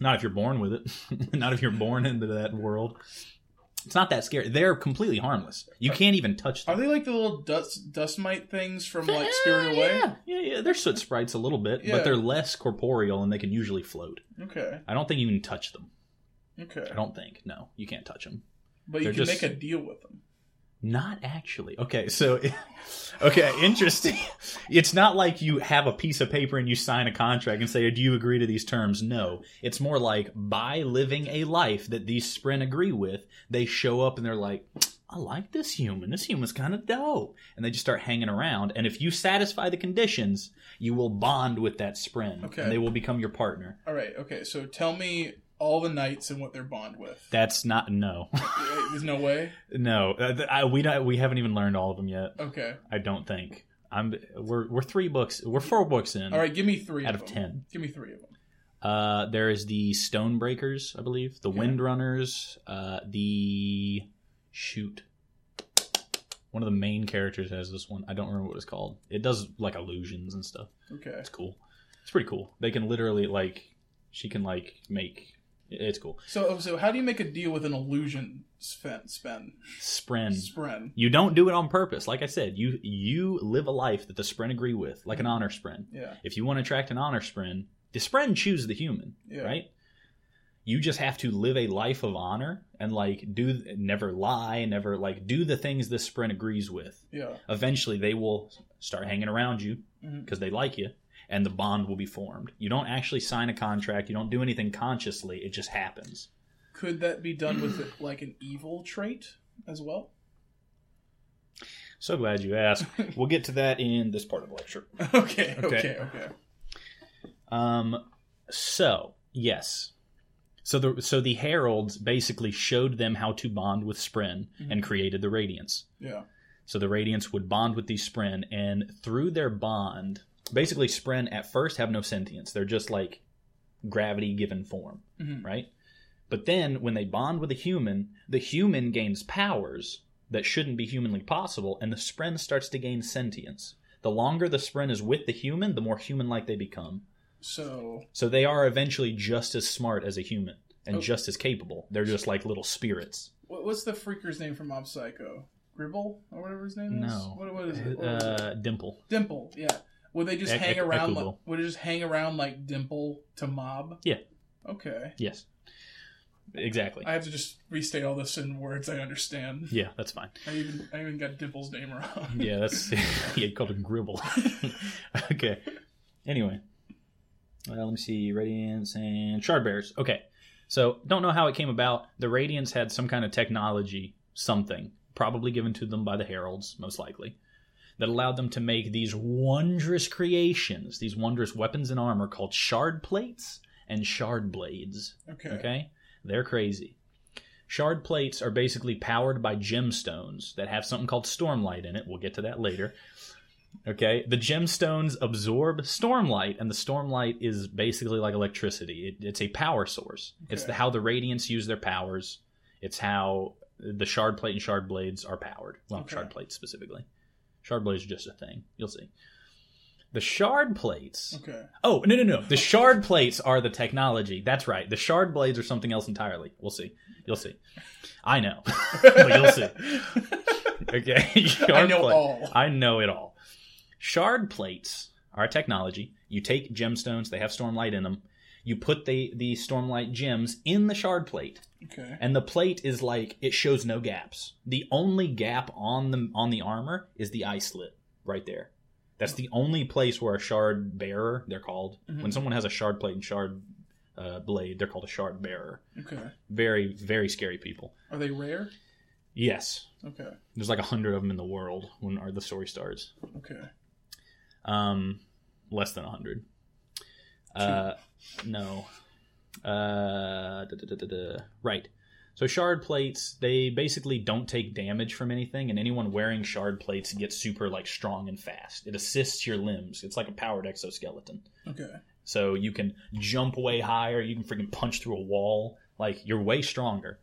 [SPEAKER 2] Not if you're born with it. not if you're born into that world. It's not that scary. They're completely harmless. You can't even touch
[SPEAKER 1] Are
[SPEAKER 2] them.
[SPEAKER 1] they like the little dust dust mite things from like Spirited Away?
[SPEAKER 2] Yeah, yeah, yeah. They're soot sprites a little bit,
[SPEAKER 1] Yeah.
[SPEAKER 2] but they're less corporeal and they can usually float.
[SPEAKER 1] Okay,
[SPEAKER 2] I don't think you can touch them.
[SPEAKER 1] okay,
[SPEAKER 2] I don't think. No, you can't touch them.
[SPEAKER 1] but you
[SPEAKER 2] They're
[SPEAKER 1] can
[SPEAKER 2] just-
[SPEAKER 1] make a deal with them.
[SPEAKER 2] Not actually. Okay, so okay, interesting. It's not like you have a piece of paper and you sign a contract and say, "Do you agree to these terms?" No, it's more like by living a life that these Spren agree with, they show up and they're like, "I like this human. This human's kind of dope," and they just start hanging around. And if you satisfy the conditions, you will bond with that Spren,
[SPEAKER 1] Okay.
[SPEAKER 2] and they will become your partner.
[SPEAKER 1] All right, okay. So tell me all the knights and what they're bond with.
[SPEAKER 2] That's not no,
[SPEAKER 1] Eh, There's no way.
[SPEAKER 2] no. Uh, th- I, we don't. We haven't even learned all of them yet.
[SPEAKER 1] Okay.
[SPEAKER 2] I don't think. I'm. We're we're three books. We're four books in.
[SPEAKER 1] All right. Give me three
[SPEAKER 2] Out
[SPEAKER 1] of
[SPEAKER 2] of
[SPEAKER 1] them.
[SPEAKER 2] ten,
[SPEAKER 1] Give me three of them.
[SPEAKER 2] uh, there is the Stonebreakers, I believe, the
[SPEAKER 1] Okay.
[SPEAKER 2] Windrunners, uh, the shoot. One of the main characters has this one. I don't remember what it's called. It does like illusions and stuff.
[SPEAKER 1] Okay.
[SPEAKER 2] It's cool. It's pretty cool. They can literally like, she can like make. It's cool.
[SPEAKER 1] So oh, so how do you make a deal with an illusion spend? Spend.
[SPEAKER 2] Spren.
[SPEAKER 1] Spren.
[SPEAKER 2] You don't do it on purpose. Like I said, you you live a life that the Spren agree with, like an honor Spren.
[SPEAKER 1] Yeah.
[SPEAKER 2] If you want to attract an honor Spren, the Spren choose the human,
[SPEAKER 1] Yeah.
[SPEAKER 2] right? You just have to live a life of honor and like do never lie, never like do the things the Spren agrees with.
[SPEAKER 1] Yeah.
[SPEAKER 2] Eventually, they will start hanging around you
[SPEAKER 1] Mhm.
[SPEAKER 2] because they like you, and the bond will be formed. You don't actually sign a contract. You don't do anything consciously. It just happens.
[SPEAKER 1] Could that be done with like an evil trait as well?
[SPEAKER 2] So glad you asked. we'll get to that in this part of the lecture.
[SPEAKER 1] okay.
[SPEAKER 2] Okay.
[SPEAKER 1] Okay. Okay.
[SPEAKER 2] Um, so yes, so the so the heralds basically showed them how to bond with Spren and created the Radiance.
[SPEAKER 1] Yeah.
[SPEAKER 2] So the Radiance would bond with these Spren, and through their bond, basically Spren at first have no sentience; they're just like gravity given form,
[SPEAKER 1] Mhm.
[SPEAKER 2] right? But then when they bond with a human, the human gains powers that shouldn't be humanly possible, and the Spren starts to gain sentience. The longer the Spren is with the human, the more human-like they become.
[SPEAKER 1] So
[SPEAKER 2] So they are eventually just as smart as a human and
[SPEAKER 1] Oh.
[SPEAKER 2] just as capable. They're just like little spirits.
[SPEAKER 1] what, what's the freaker's name from Mob Psycho? Gribble or whatever his name is.
[SPEAKER 2] No.
[SPEAKER 1] What, what is it? What was it?
[SPEAKER 2] Uh, Dimple.
[SPEAKER 1] Dimple. Yeah. Would they just
[SPEAKER 2] Ec-
[SPEAKER 1] hang
[SPEAKER 2] ec-
[SPEAKER 1] around?
[SPEAKER 2] Ecubel.
[SPEAKER 1] Like, would they just hang around like Dimple to Mob?
[SPEAKER 2] Yeah.
[SPEAKER 1] Okay.
[SPEAKER 2] Yes. Exactly.
[SPEAKER 1] I have to just restate all this in words I understand.
[SPEAKER 2] yeah, that's fine.
[SPEAKER 1] I even I even got Dimple's name wrong.
[SPEAKER 2] Yeah, that's yeah, you called him Gribble. okay. Anyway. Well, let me see. Radiance and Shard Bearers. Okay. So don't know how it came about. The Radiance had some kind of technology, something, probably given to them by the Heralds, most likely, that allowed them to make these wondrous creations, these wondrous weapons and armor called shard plates and shard blades.
[SPEAKER 1] Okay.
[SPEAKER 2] Okay? They're crazy. Shard plates are basically powered by gemstones that have something called stormlight in it. We'll get to that later. Okay? The gemstones absorb stormlight, and the stormlight is basically like electricity. It, it's a power source. It's
[SPEAKER 1] Okay.
[SPEAKER 2] the, how the Radiants use their powers, it's how the shard plate and shard blades are powered. Well,
[SPEAKER 1] Okay.
[SPEAKER 2] shard plates specifically. Shard blades are just a thing. You'll see. The shard plates.
[SPEAKER 1] Okay.
[SPEAKER 2] Oh, no, no, no. The shard plates are the technology. That's right. The shard blades are something else entirely. We'll see. You'll see. I know. But you'll see. Okay. Shard
[SPEAKER 1] I know
[SPEAKER 2] pla-
[SPEAKER 1] all.
[SPEAKER 2] I know it all. Shard plates are technology. You take gemstones, they have stormlight in them. You put the, the stormlight gems in the shard plate,
[SPEAKER 1] Okay.
[SPEAKER 2] and the plate is like it shows no gaps. The only gap on the on the armor is the eye slit right there. That's the only place where a shard bearer they're called.
[SPEAKER 1] Mhm.
[SPEAKER 2] When someone has a shard plate and shard uh, blade, they're called a shard bearer.
[SPEAKER 1] Okay.
[SPEAKER 2] Very very scary people.
[SPEAKER 1] Are they rare?
[SPEAKER 2] Yes,
[SPEAKER 1] Okay.
[SPEAKER 2] there's like a hundred of them in the world when our, the story starts.
[SPEAKER 1] Okay.
[SPEAKER 2] Um, less than a hundred. Uh, no. Uh, da, da, da, da, da. right. So shard plates, they basically don't take damage from anything, and anyone wearing shard plates gets super like strong and fast. It assists your limbs. It's like a powered exoskeleton.
[SPEAKER 1] Okay.
[SPEAKER 2] So you can jump way higher. You can freaking punch through a wall. Like you're way stronger.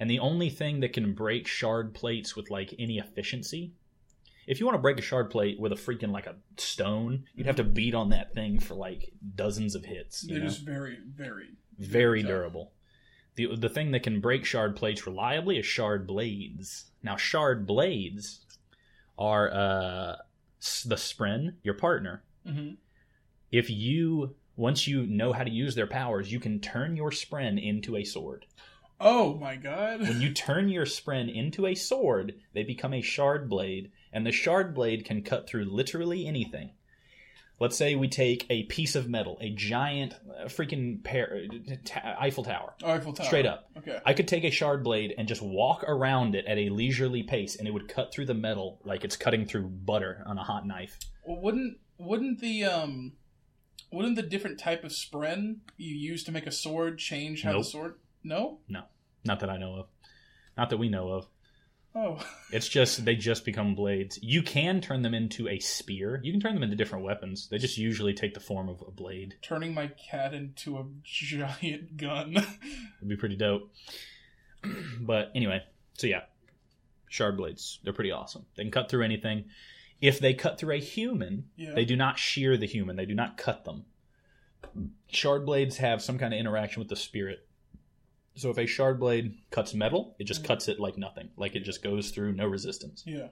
[SPEAKER 2] And the only thing that can break shard plates with like any efficiency, if you want to break a shard plate with a freaking like a stone, you'd have to beat on that thing for like dozens of hits. You
[SPEAKER 1] They're
[SPEAKER 2] know?
[SPEAKER 1] just very, very.
[SPEAKER 2] very
[SPEAKER 1] Yeah.
[SPEAKER 2] durable. The, the thing that can break shard plates reliably is shard blades. Now, shard blades are uh, s- the spren, your partner,
[SPEAKER 1] hmm
[SPEAKER 2] if you once you know how to use their powers, you can turn your spren into a sword.
[SPEAKER 1] Oh my god.
[SPEAKER 2] When you turn your spren into a sword, they become a shard blade, and the shard blade can cut through literally anything. Let's say we take a piece of metal, a giant uh, freaking pair, ta- Eiffel Tower,
[SPEAKER 1] Eiffel Tower.
[SPEAKER 2] straight up.
[SPEAKER 1] Okay.
[SPEAKER 2] I could take a shard blade and just walk around it at a leisurely pace, and it would cut through the metal like it's cutting through butter on a hot knife.
[SPEAKER 1] Well, wouldn't wouldn't the um Wouldn't the different type of spren you use to make a sword change how the
[SPEAKER 2] Nope.
[SPEAKER 1] sword? No.
[SPEAKER 2] Not that I know of. Not that we know of.
[SPEAKER 1] Oh,
[SPEAKER 2] It's just they just become blades. You can turn them into a spear. You can turn them into different weapons. They just usually take the form of a blade.
[SPEAKER 1] turning my cat into a giant gun.
[SPEAKER 2] It'd be pretty dope. but anyway, so yeah, shard blades. They're pretty awesome. They can cut through anything. If they cut through a human,
[SPEAKER 1] yeah.
[SPEAKER 2] they do not shear the human. They do not cut them. Shard blades have some kind of interaction with the spirit. So if a shard blade cuts metal, it just
[SPEAKER 1] Mhm.
[SPEAKER 2] cuts it like nothing. Like it just goes through no resistance.
[SPEAKER 1] yeah.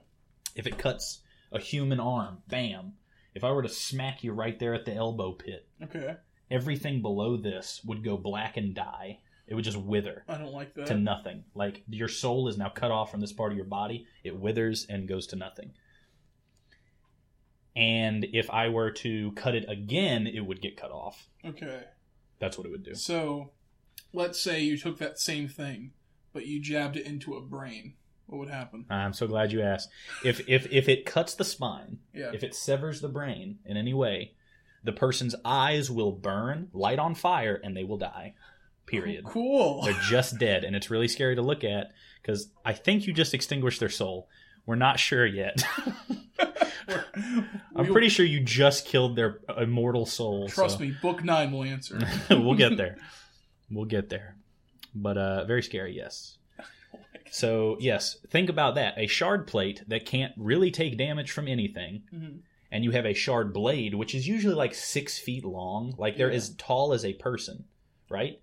[SPEAKER 2] If it cuts a human arm, bam. If I were to smack you right there at the elbow pit,
[SPEAKER 1] Okay.
[SPEAKER 2] everything below this would go black and die. It would just wither
[SPEAKER 1] I don't like that.
[SPEAKER 2] to nothing. Like your soul is now cut off from this part of your body. It withers and goes to nothing. And if I were to cut it again, it would get cut off.
[SPEAKER 1] Okay.
[SPEAKER 2] That's what it would do.
[SPEAKER 1] So, let's say you took that same thing, but you jabbed it into a brain. What would happen?
[SPEAKER 2] I'm so glad you asked. If if if it cuts the spine,
[SPEAKER 1] Yeah.
[SPEAKER 2] if it severs the brain in any way, the person's eyes will burn, light on fire, and they will die. Period.
[SPEAKER 1] Cool.
[SPEAKER 2] They're just dead, and it's really scary to look at because I think you just extinguished their soul. We're not sure yet. I'm
[SPEAKER 1] We-
[SPEAKER 2] pretty sure you just killed their uh, immortal soul.
[SPEAKER 1] Trust me, book nine will answer.
[SPEAKER 2] we'll get there. We'll get there. But uh, very scary, yes.
[SPEAKER 1] Oh
[SPEAKER 2] So yes, think about that. A shard plate that can't really take damage from anything,
[SPEAKER 1] Mhm.
[SPEAKER 2] and you have a shard blade, which is usually like six feet long. Like they're
[SPEAKER 1] Yeah.
[SPEAKER 2] as tall as a person, right?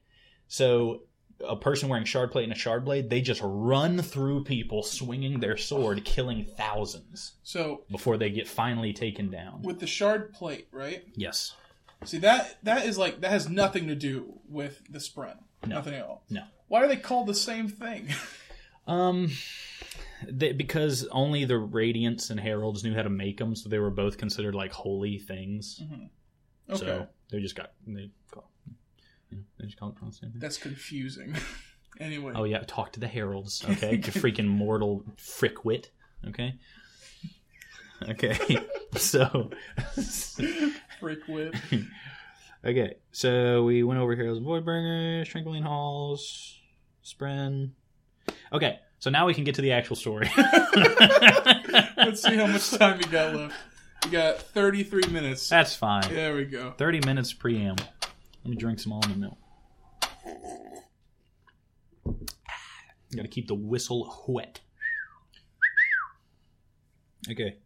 [SPEAKER 2] So a person wearing shard plate and a shard blade, they just run through people, swinging their sword, killing thousands
[SPEAKER 1] So,
[SPEAKER 2] before they get finally taken down.
[SPEAKER 1] with the shard plate, right?
[SPEAKER 2] Yes,
[SPEAKER 1] See that that is like that has nothing to do with the sprint.
[SPEAKER 2] No.
[SPEAKER 1] Nothing at all.
[SPEAKER 2] No.
[SPEAKER 1] Why are they called the same thing?
[SPEAKER 2] um, they, because only the Radiants and Heralds knew how to make them, so they were both considered like holy things.
[SPEAKER 1] okay.
[SPEAKER 2] So they just got they call, you know, they just call it the same thing.
[SPEAKER 1] That's confusing. anyway.
[SPEAKER 2] Oh yeah, talk to the heralds, okay? you freaking mortal frickwit, okay? Okay. so
[SPEAKER 1] Frick with
[SPEAKER 2] Okay. So we went over Heroes and Voidbringers, Trampoline Halls, Spren. Okay, so now we can get to the actual story.
[SPEAKER 1] Let's see how much time we got left. We got thirty three minutes.
[SPEAKER 2] That's fine.
[SPEAKER 1] There we go.
[SPEAKER 2] Thirty minutes preamble. Let me drink some almond milk. Gotta keep the whistle wet. Okay.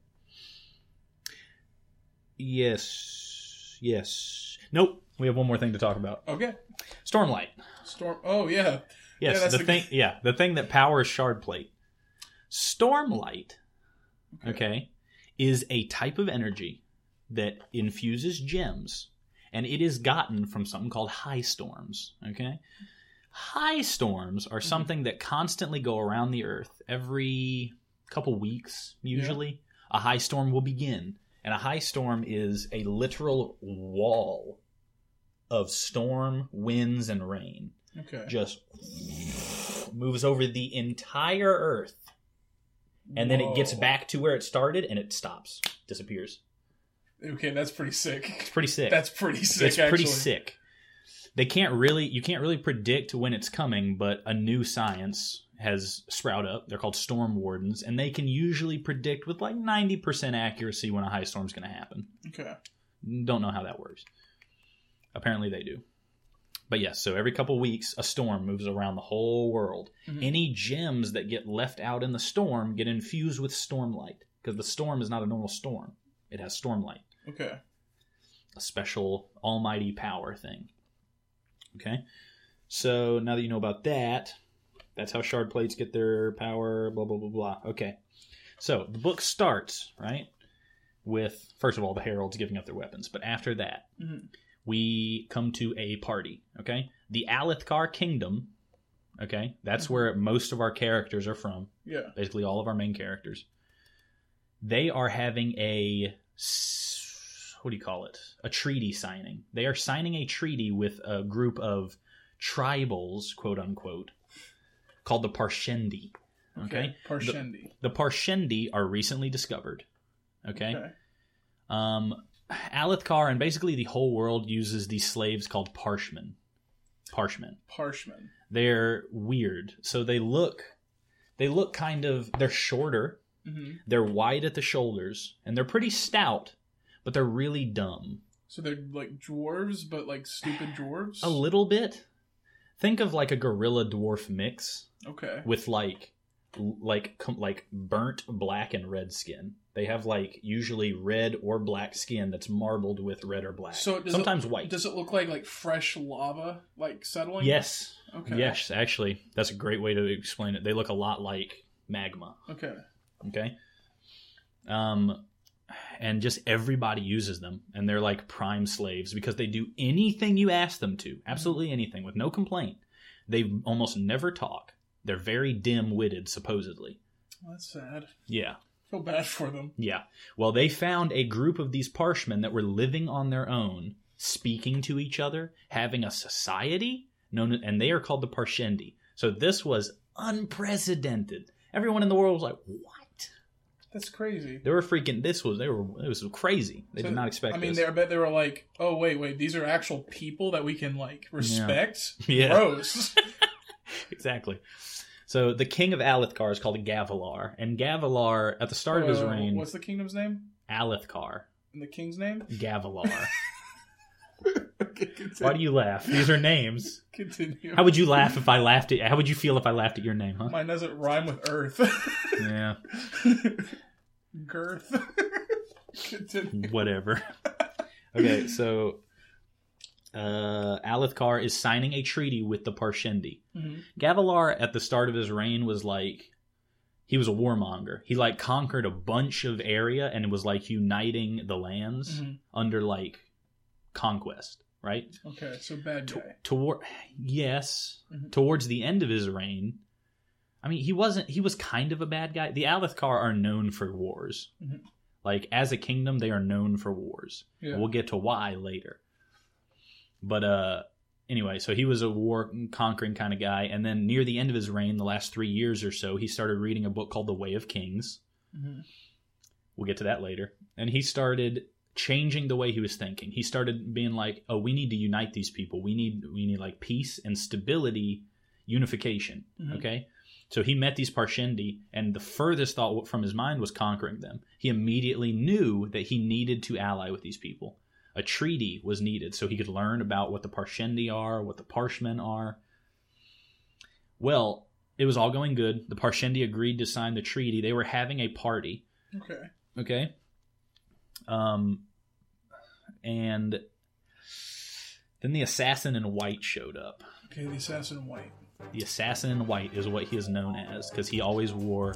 [SPEAKER 2] Yes. Yes. Nope. We have one more thing to talk about.
[SPEAKER 1] Okay.
[SPEAKER 2] Stormlight.
[SPEAKER 1] Storm Oh yeah.
[SPEAKER 2] Yes,
[SPEAKER 1] Yeah, that's
[SPEAKER 2] the,
[SPEAKER 1] the-
[SPEAKER 2] thing. Yeah, the thing that powers shard plate. Stormlight,
[SPEAKER 1] Okay.
[SPEAKER 2] okay. is a type of energy that infuses gems, and it is gotten from something called high storms. Okay, high storms
[SPEAKER 1] Mm-hmm.
[SPEAKER 2] are something that constantly go around the Earth every couple weeks. Usually, a high storm will begin, and a high storm is a literal wall of storm, winds, and rain
[SPEAKER 1] Okay.
[SPEAKER 2] just moves over the entire earth and then it gets
[SPEAKER 1] Whoa.
[SPEAKER 2] back to where it started and it stops disappears
[SPEAKER 1] Okay, that's pretty sick.
[SPEAKER 2] it's pretty sick
[SPEAKER 1] That's pretty sick
[SPEAKER 2] it's
[SPEAKER 1] actually.
[SPEAKER 2] pretty sick they can't really you can't really predict when it's coming but a new science has sprout up they're called storm wardens and they can usually predict with like 90% accuracy when a high storm's going to happen
[SPEAKER 1] Okay.
[SPEAKER 2] don't know how that works. Apparently they do. But yes, so every couple weeks a storm moves around the whole world.
[SPEAKER 1] Mhm.
[SPEAKER 2] Any gems that get left out in the storm get infused with stormlight because the storm is not a normal storm. It has stormlight,
[SPEAKER 1] Okay.
[SPEAKER 2] a special almighty power thing. Okay? So now that you know about that, that's how shard plates get their power, blah blah blah blah. Okay. So the book starts, right? With first of all the heralds giving up their weapons, but after that
[SPEAKER 1] Mhm.
[SPEAKER 2] we come to a party, okay? The Alethkar kingdom, okay? That's where most of our characters are from,
[SPEAKER 1] Yeah.
[SPEAKER 2] basically all of our main characters. They are having a s- what do you call it? A treaty signing. They are signing a treaty with a group of tribals, quote unquote, called the Parshendi. Okay.
[SPEAKER 1] Parshendi.
[SPEAKER 2] The Parshendi are recently discovered. Okay. Um, Alethkar and basically the whole world uses these slaves called Parshmen. Parshmen.
[SPEAKER 1] Parshman.
[SPEAKER 2] They're weird. So they look they look kind of they're shorter,
[SPEAKER 1] hmm
[SPEAKER 2] they're wide at the shoulders, and they're pretty stout, but they're really dumb.
[SPEAKER 1] So they're like dwarves, but like stupid dwarves.
[SPEAKER 2] A little bit. Think of like a gorilla dwarf mix
[SPEAKER 1] okay.
[SPEAKER 2] with like like com- like burnt black and red skin. They have like usually red or black skin that's marbled with red or black.
[SPEAKER 1] So does it-
[SPEAKER 2] sometimes white.
[SPEAKER 1] Does it look like like fresh lava like settling?
[SPEAKER 2] yes,
[SPEAKER 1] Okay.
[SPEAKER 2] yes, actually, that's a great way to explain it. They look a lot like magma.
[SPEAKER 1] Okay.
[SPEAKER 2] Okay. Um, and just everybody uses them, and they're like prime slaves because they do anything you ask them to, absolutely anything, with no complaint. They almost never talk. They're very dim-witted, supposedly.
[SPEAKER 1] Well, that's sad.
[SPEAKER 2] Yeah.
[SPEAKER 1] Feel bad for them.
[SPEAKER 2] Yeah. Well, they found a group of these parshmen that were living on their own, speaking to each other, having a society known, and they are called the Parshendi. So this was unprecedented. Everyone in the world was like, "What?"
[SPEAKER 1] That's crazy.
[SPEAKER 2] They were freaking. This was they were. It was crazy. They
[SPEAKER 1] So,
[SPEAKER 2] did not expect.
[SPEAKER 1] I mean, they
[SPEAKER 2] this.
[SPEAKER 1] I bet they were like, "Oh wait, wait, these are actual people that we can like respect."
[SPEAKER 2] yeah,
[SPEAKER 1] Gross.
[SPEAKER 2] exactly. So the king of Alethkar is called Gavilar, and Gavilar at the start of his
[SPEAKER 1] Uh,
[SPEAKER 2] reign,
[SPEAKER 1] What's the kingdom's name?
[SPEAKER 2] Alethkar,
[SPEAKER 1] And the king's name?
[SPEAKER 2] Gavilar.
[SPEAKER 1] okay, continue.
[SPEAKER 2] Why do you laugh? These are names.
[SPEAKER 1] continue?
[SPEAKER 2] How would you laugh if I laughed at? How would you feel if I laughed at your name, huh?
[SPEAKER 1] Mine doesn't rhyme with earth.
[SPEAKER 2] Yeah,
[SPEAKER 1] Girth. continue.
[SPEAKER 2] whatever. okay, so uh, Alethkar is signing a treaty with the Parshendi.
[SPEAKER 1] Mhm.
[SPEAKER 2] Gavilar at the start of his reign was like he was a warmonger. He like conquered a bunch of area and was like uniting the lands
[SPEAKER 1] Mhm.
[SPEAKER 2] under like conquest, right?
[SPEAKER 1] Okay, so bad guy.
[SPEAKER 2] toward yes
[SPEAKER 1] Mhm.
[SPEAKER 2] towards the end of his reign i mean he wasn't he was kind of a bad guy the alethkar are known for wars
[SPEAKER 1] Mhm.
[SPEAKER 2] like as a kingdom they are known for wars
[SPEAKER 1] Yeah.
[SPEAKER 2] we'll get to why later but uh anyway so he was a war conquering kind of guy and then near the end of his reign the last three years or so he started reading a book called the way of kings
[SPEAKER 1] Mhm.
[SPEAKER 2] We'll get to that later. And he started changing the way he was thinking. He started being like, "Oh, we need to unite these people. We need we need like peace and stability, unification."
[SPEAKER 1] Mhm.
[SPEAKER 2] Okay? So he met these Parshendi and the furthest thought from his mind was conquering them. He immediately knew that he needed to ally with these people. A treaty was needed so he could learn about what the Parshendi are, what the Parshmen are. Well, it was all going good. The Parshendi agreed to sign the treaty. They were having a party
[SPEAKER 1] Okay.
[SPEAKER 2] okay um and then the assassin in white showed up
[SPEAKER 1] Okay, the assassin in white.
[SPEAKER 2] the assassin in white is what he is known as because he always wore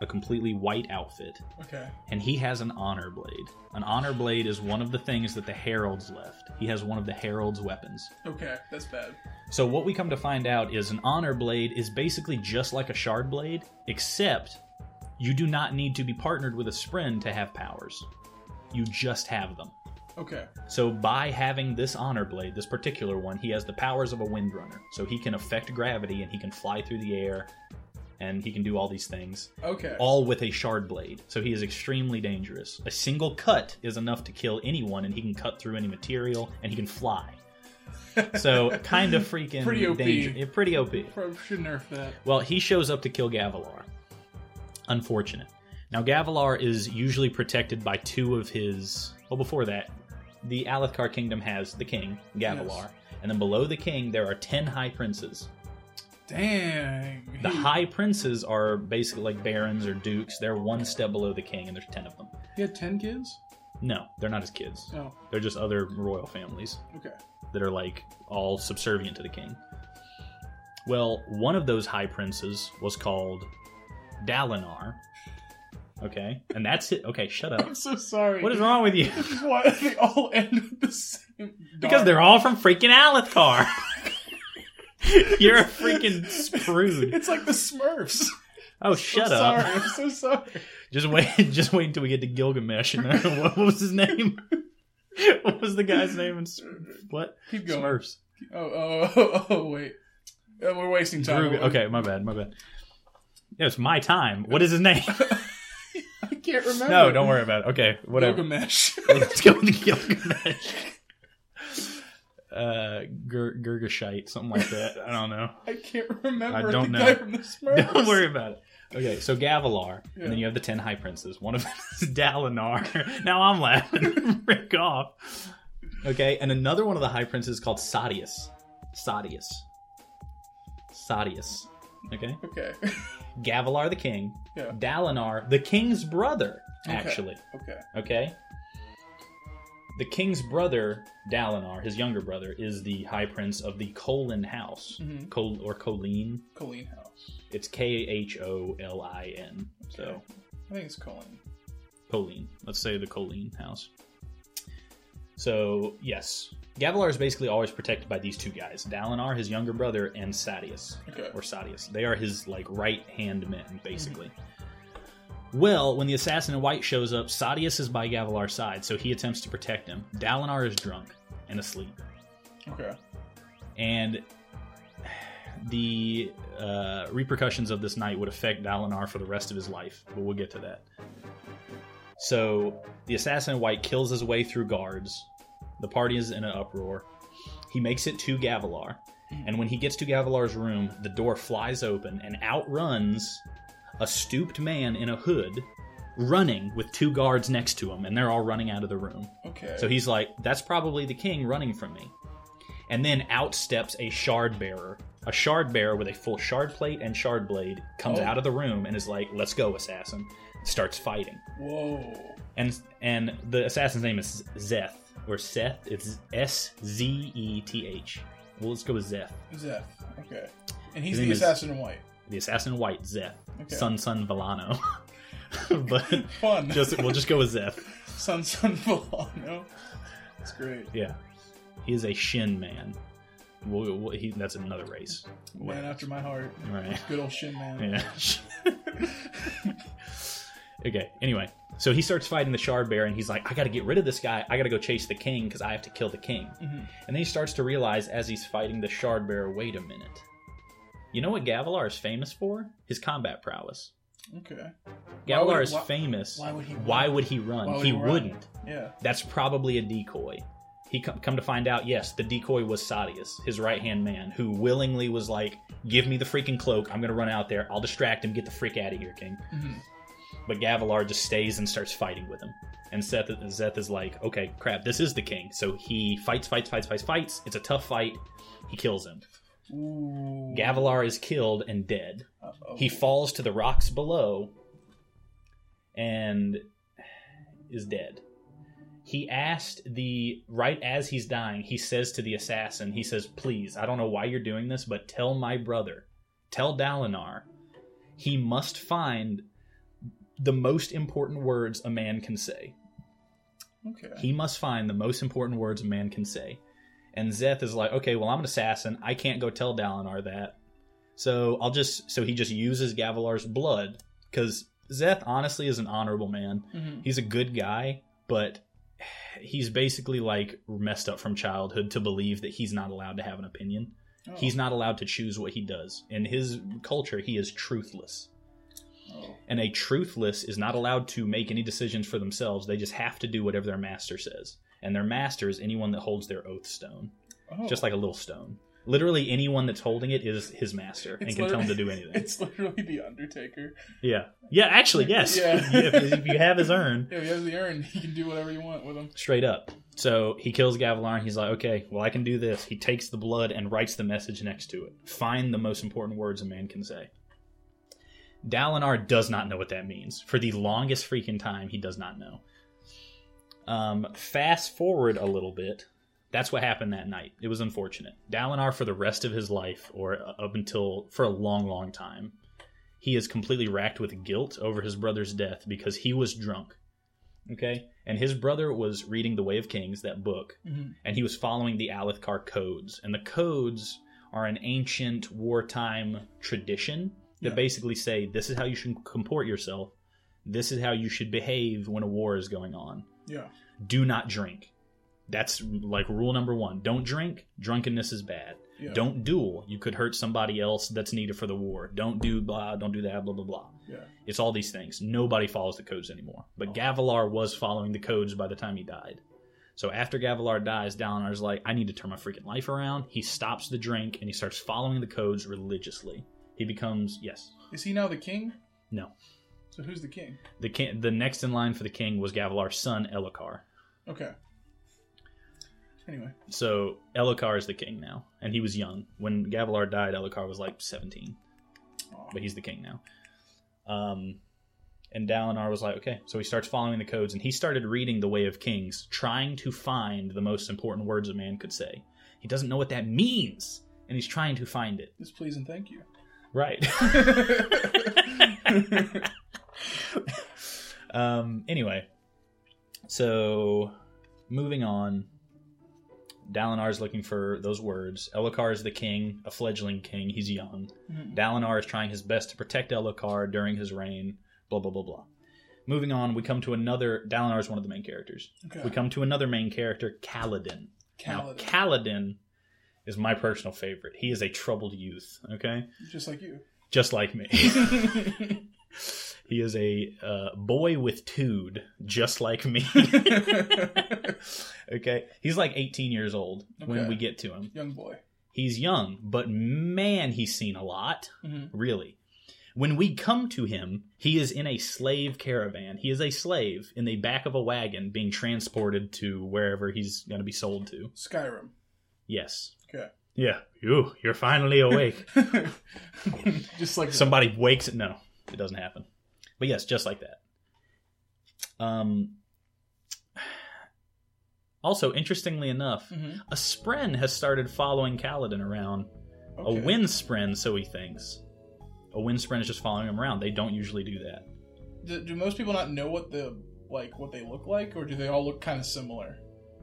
[SPEAKER 2] a completely white outfit
[SPEAKER 1] Okay.
[SPEAKER 2] and he has an honor blade an honor blade is one of the things that the heralds left he has one of the heralds weapons
[SPEAKER 1] Okay, that's bad.
[SPEAKER 2] so what we come to find out is an honor blade is basically just like a shard blade except you do not need to be partnered with a spren to have powers you just have them
[SPEAKER 1] Okay.
[SPEAKER 2] So by having this honor blade, this particular one, he has the powers of a windrunner. So he can affect gravity and he can fly through the air and he can do all these things
[SPEAKER 1] Okay.
[SPEAKER 2] all with a shard blade. So he is extremely dangerous. A single cut is enough to kill anyone and he can cut through any material and he can fly. So kind of freaking
[SPEAKER 1] Pretty OP.
[SPEAKER 2] danger- yeah, pretty OP.
[SPEAKER 1] Probably should nerf that.
[SPEAKER 2] Well, he shows up to kill Gavilar. Unfortunate. Now, Gavilar is usually protected by two of his. Well, before that, the Alethkar kingdom has the king, Gavilar.
[SPEAKER 1] Yes.
[SPEAKER 2] And then below the king, there are 10 high princes.
[SPEAKER 1] Dang.
[SPEAKER 2] The
[SPEAKER 1] he,
[SPEAKER 2] high princes are basically like barons or dukes. They're one step below the king, and there's 10 of them.
[SPEAKER 1] he had ten kids.
[SPEAKER 2] No, they're not his kids.
[SPEAKER 1] Oh.
[SPEAKER 2] They're just other royal families
[SPEAKER 1] Okay.
[SPEAKER 2] that are like all subservient to the king. Well, one of those high princes was called Dalinar. Okay, and that's it. Okay, shut up.
[SPEAKER 1] I'm so sorry.
[SPEAKER 2] What is wrong with you?
[SPEAKER 1] Why they all end with the same?
[SPEAKER 2] Because they're all from freaking Alethkar. You're a freaking
[SPEAKER 1] screwed.
[SPEAKER 2] sprude.
[SPEAKER 1] It's like the Smurfs.
[SPEAKER 2] Oh, shut
[SPEAKER 1] I'm
[SPEAKER 2] up.
[SPEAKER 1] Sorry, I'm so sorry.
[SPEAKER 2] Just wait. Just wait until we get to Gilgamesh. And then- what was his name? What was the guy's name? In, Smurf- what
[SPEAKER 1] Keep going.
[SPEAKER 2] Smurfs?
[SPEAKER 1] Oh, oh, oh, oh, wait. Uh, we're wasting time.
[SPEAKER 2] Droog- okay, my bad. My bad. Yeah, it's my time. What is his name?
[SPEAKER 1] I can't can't remember.
[SPEAKER 2] No, don't worry about it. Okay, whatever.
[SPEAKER 1] Gilgamesh.
[SPEAKER 2] Let's go to Gilgamesh. Uh, Gur- Gurgashite, something like that. I don't know.
[SPEAKER 1] I can't remember
[SPEAKER 2] I don't
[SPEAKER 1] the
[SPEAKER 2] know.
[SPEAKER 1] guy from the Smurfs.
[SPEAKER 2] Don't worry about it. Okay, so Gavilar,
[SPEAKER 1] Yeah.
[SPEAKER 2] and then you have the ten high princes. One of them is Dalinar. Now I'm laughing. Rick off. Okay, and another one of the high princes is called Sadius. Sadius. Sadius. Okay.
[SPEAKER 1] Okay.
[SPEAKER 2] Gavilar the king.
[SPEAKER 1] Yeah.
[SPEAKER 2] Dalinar, the king's brother,
[SPEAKER 1] Okay.
[SPEAKER 2] actually.
[SPEAKER 1] Okay.
[SPEAKER 2] Okay? The king's brother, Dalinar, his younger brother, is the high prince of the Colin house.
[SPEAKER 1] Mhm.
[SPEAKER 2] Col- or Colleen.
[SPEAKER 1] Colleen House.
[SPEAKER 2] It's K H O L I N. So
[SPEAKER 1] I think it's Colleen.
[SPEAKER 2] Colleen. Let's say the Colleen house. So yes, Gavilar is basically always protected by these two guys, Dalinar, his younger brother, and Sadius
[SPEAKER 1] Okay.
[SPEAKER 2] or Sadius. They are his like right hand men, basically. Well, when the assassin in white shows up, Sadius is by Gavilar's side, so he attempts to protect him. Dalinar is drunk and asleep,
[SPEAKER 1] Okay.
[SPEAKER 2] and the uh, repercussions of this night would affect Dalinar for the rest of his life, but we'll get to that. So the assassin in white kills his way through guards. The party is in an uproar. He makes it to Gavilar, and when he gets to Gavilar's room, the door flies open and out runs a stooped man in a hood, running with two guards next to him, and they're all running out of the room.
[SPEAKER 1] Okay.
[SPEAKER 2] So he's like, that's probably the king running from me. And then out steps a shard bearer. A shard bearer with a full shard plate and shard blade comes
[SPEAKER 1] Oh.
[SPEAKER 2] out of the room and is like, let's go, assassin. Starts fighting.
[SPEAKER 1] Whoa.
[SPEAKER 2] And and the assassin's name is Zeth, or Seth. It's S Z E T H. Well, let's go with Zeth.
[SPEAKER 1] Zeph. Okay. And he's
[SPEAKER 2] His name
[SPEAKER 1] the
[SPEAKER 2] is-
[SPEAKER 1] assassin in white.
[SPEAKER 2] The assassin in white, Zeth.
[SPEAKER 1] Okay.
[SPEAKER 2] Sun Sun Villano. but
[SPEAKER 1] Fun.
[SPEAKER 2] just we'll just go with Zeth.
[SPEAKER 1] Sun Sun Volano. That's great.
[SPEAKER 2] Yeah. He is a Shin man. We'll, we'll- he, that's another race.
[SPEAKER 1] Man after my heart.
[SPEAKER 2] Right.
[SPEAKER 1] Good old shin man.
[SPEAKER 2] Yeah. okay. Anyway, so he starts fighting the shard bear, and he's like, "I got to get rid of this guy. I got to go chase the king because I have to kill the king."
[SPEAKER 1] Mhm.
[SPEAKER 2] And then he starts to realize as he's fighting the shard bear, wait a minute. You know what Gavilar is famous for? His combat prowess.
[SPEAKER 1] Okay. Why
[SPEAKER 2] Gavilar
[SPEAKER 1] would-
[SPEAKER 2] is
[SPEAKER 1] why-
[SPEAKER 2] famous.
[SPEAKER 1] why would he run?
[SPEAKER 2] Why would he run?
[SPEAKER 1] Why would
[SPEAKER 2] he
[SPEAKER 1] he run?
[SPEAKER 2] wouldn't.
[SPEAKER 1] Yeah.
[SPEAKER 2] That's probably a decoy. He come, come to find out, yes, the decoy was Sadius, his right hand man, who willingly was like, "Give me the freaking cloak. I'm gonna run out there. I'll distract him. Get the freak out of here, King."
[SPEAKER 1] Mhm.
[SPEAKER 2] But Gavilar just stays and starts fighting with him. And Seth, Zeth is like, "Okay, crap. This is the king." So he fights, fights, fights, fights, fights. It's a tough fight. He kills him.
[SPEAKER 1] Ooh.
[SPEAKER 2] Gavilar is killed and dead.
[SPEAKER 1] Uh-oh.
[SPEAKER 2] He falls to the rocks below and is dead. He asked the right as he's dying, he says to the assassin, he says, "Please, I don't know why you're doing this, but tell my brother, tell Dalinar, he must find the most important words a man can say.
[SPEAKER 1] Okay.
[SPEAKER 2] He must find the most important words a man can say." And Zeth is like, "Okay, well, I'm an assassin. I can't go tell Dalinar that. So I'll just so he just uses Gavilar's blood because Zeth honestly is an honorable man.
[SPEAKER 1] Mhm.
[SPEAKER 2] He's a good guy, but he's basically like messed up from childhood to believe that he's not allowed to have an opinion.
[SPEAKER 1] Oh.
[SPEAKER 2] He's not allowed to choose what he does. In his culture, he is truthless.
[SPEAKER 1] Oh.
[SPEAKER 2] And a truthless is not allowed to make any decisions for themselves. They just have to do whatever their master says. And their master is anyone that holds their oath stone,
[SPEAKER 1] Oh.
[SPEAKER 2] just like a little stone. Literally, anyone that's holding it is his master and
[SPEAKER 1] It's
[SPEAKER 2] can tell him to do
[SPEAKER 1] literally-
[SPEAKER 2] anything.
[SPEAKER 1] It's literally the Undertaker.
[SPEAKER 2] Yeah. Yeah, actually, yes.
[SPEAKER 1] Yeah.
[SPEAKER 2] if, if you have his urn,
[SPEAKER 1] Yeah, he has the urn. He can do whatever you want with him.
[SPEAKER 2] straight up. So he kills Gavilar and he's like, okay, well, I can do this. He takes the blood and writes the message next to it. Find the most important words a man can say. Dalinar does not know what that means. For the longest freaking time, he does not know. Um, fast forward a little bit. That's what happened that night. It was unfortunate. Dalinar, for the rest of his life, or up until for a long, long time, he is completely racked with guilt over his brother's death because he was drunk. Okay? And his brother was reading The Way of Kings, that book,
[SPEAKER 1] Mhm.
[SPEAKER 2] and he was following the Alethkar codes. And the codes are an ancient wartime tradition that
[SPEAKER 1] Yeah.
[SPEAKER 2] basically say this is how you should comport yourself, this is how you should behave when a war is going on.
[SPEAKER 1] Yeah.
[SPEAKER 2] Do not drink. That's like rule number one. Don't drink. Drunkenness is bad.
[SPEAKER 1] Yeah.
[SPEAKER 2] Don't duel. You could hurt somebody else that's needed for the war. Don't do blah. Don't do that. Blah blah blah.
[SPEAKER 1] Yeah. Oh.
[SPEAKER 2] It's all these things. Nobody follows the codes anymore. But Gavilar was following the codes by the time he died. So after Gavilar dies, Dalinar's like, I need to turn my freaking life around. He stops the drink and he starts following the codes religiously. He becomes yes,
[SPEAKER 1] Is he now the king?
[SPEAKER 2] No.
[SPEAKER 1] So who's the king?
[SPEAKER 2] the king, the next in line for the king was Gavilar's son Elokar.
[SPEAKER 1] Okay. Anyway,
[SPEAKER 2] So Elokar is the king now, and he was young when Gavilar died. Elokar was like seventeen,
[SPEAKER 1] Aw.
[SPEAKER 2] but he's the king now. Um, and Dalinar was like, okay, so he starts following the codes, and he started reading the Way of Kings, trying to find the most important words a man could say. He doesn't know what that means, and he's trying to find it.
[SPEAKER 1] it's please and thank you. Mm-hmm.
[SPEAKER 2] Right. um, anyway, so moving on. Dalinar's looking for those words. Elokar is the king, a fledgling king. He's young.
[SPEAKER 1] Mhm.
[SPEAKER 2] Dalinar is trying his best to protect Elokar during his reign. Blah, blah, blah, blah. Moving on, we come to another. Dalinar is one of the main characters.
[SPEAKER 1] Okay.
[SPEAKER 2] We come to another main character, Kaladin. Now,
[SPEAKER 1] Kaladin,
[SPEAKER 2] Kaladin is my personal favorite. He is a troubled youth, okay?
[SPEAKER 1] just like you.
[SPEAKER 2] Just like me. he is a uh, boy with tood, just like me. okay? He's like 18 years old when
[SPEAKER 1] Okay.
[SPEAKER 2] we get to him.
[SPEAKER 1] Young boy.
[SPEAKER 2] He's young, but man, he's seen a lot,
[SPEAKER 1] Mhm.
[SPEAKER 2] really. When we come to him, he is in a slave caravan. He is a slave in the back of a wagon being transported to wherever he's going to be sold to.
[SPEAKER 1] Skyrim.
[SPEAKER 2] Yes.
[SPEAKER 1] Okay.
[SPEAKER 2] Yeah. You, you're finally awake.
[SPEAKER 1] just like that.
[SPEAKER 2] Somebody wakes. No, it doesn't happen. But yes, just like that. Um. Also, interestingly enough,
[SPEAKER 1] Mhm.
[SPEAKER 2] a Spren has started following Kaladin around.
[SPEAKER 1] Okay.
[SPEAKER 2] A Wind Spren, so he thinks. A Wind Spren is just following him around. They don't usually do that.
[SPEAKER 1] Do, do most people not know what the like what they look like, or do they all look kind of similar?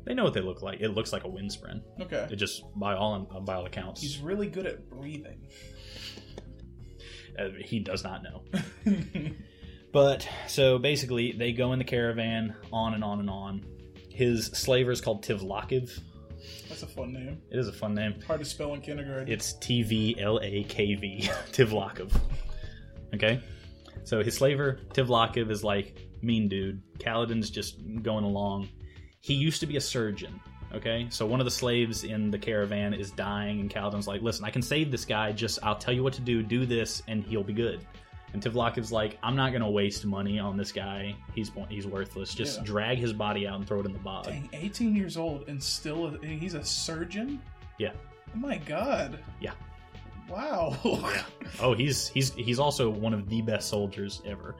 [SPEAKER 2] They know what they look like. It looks like a Wind Spren.
[SPEAKER 1] Okay.
[SPEAKER 2] It just, by all by all accounts,
[SPEAKER 1] He's really good at breathing.
[SPEAKER 2] uh, he does not know. But so basically, they go in the caravan on and on and on. His slaver is called Tivlakiv.
[SPEAKER 1] That's a fun name.
[SPEAKER 2] It is a fun name.
[SPEAKER 1] Hard to spell in kindergarten.
[SPEAKER 2] It's T V L A K V, Tivlakiv. Okay? So his slaver, Tivlakiv, is like mean dude. Kaladin's just going along. He used to be a surgeon. Okay? So one of the slaves in the caravan is dying, and Kaladin's like, listen, I can save this guy. Just, I'll tell you what to do. Do this, and he'll be good. And Tivlakiv's like, I'm not going to waste money on this guy. He's he's worthless. Just
[SPEAKER 1] Yeah.
[SPEAKER 2] drag his body out and throw it in the bog.
[SPEAKER 1] Dang, 18 years old and still a, and he's a surgeon.
[SPEAKER 2] Yeah.
[SPEAKER 1] Oh my god.
[SPEAKER 2] Yeah.
[SPEAKER 1] Wow.
[SPEAKER 2] Oh, he's he's he's also one of the best soldiers ever.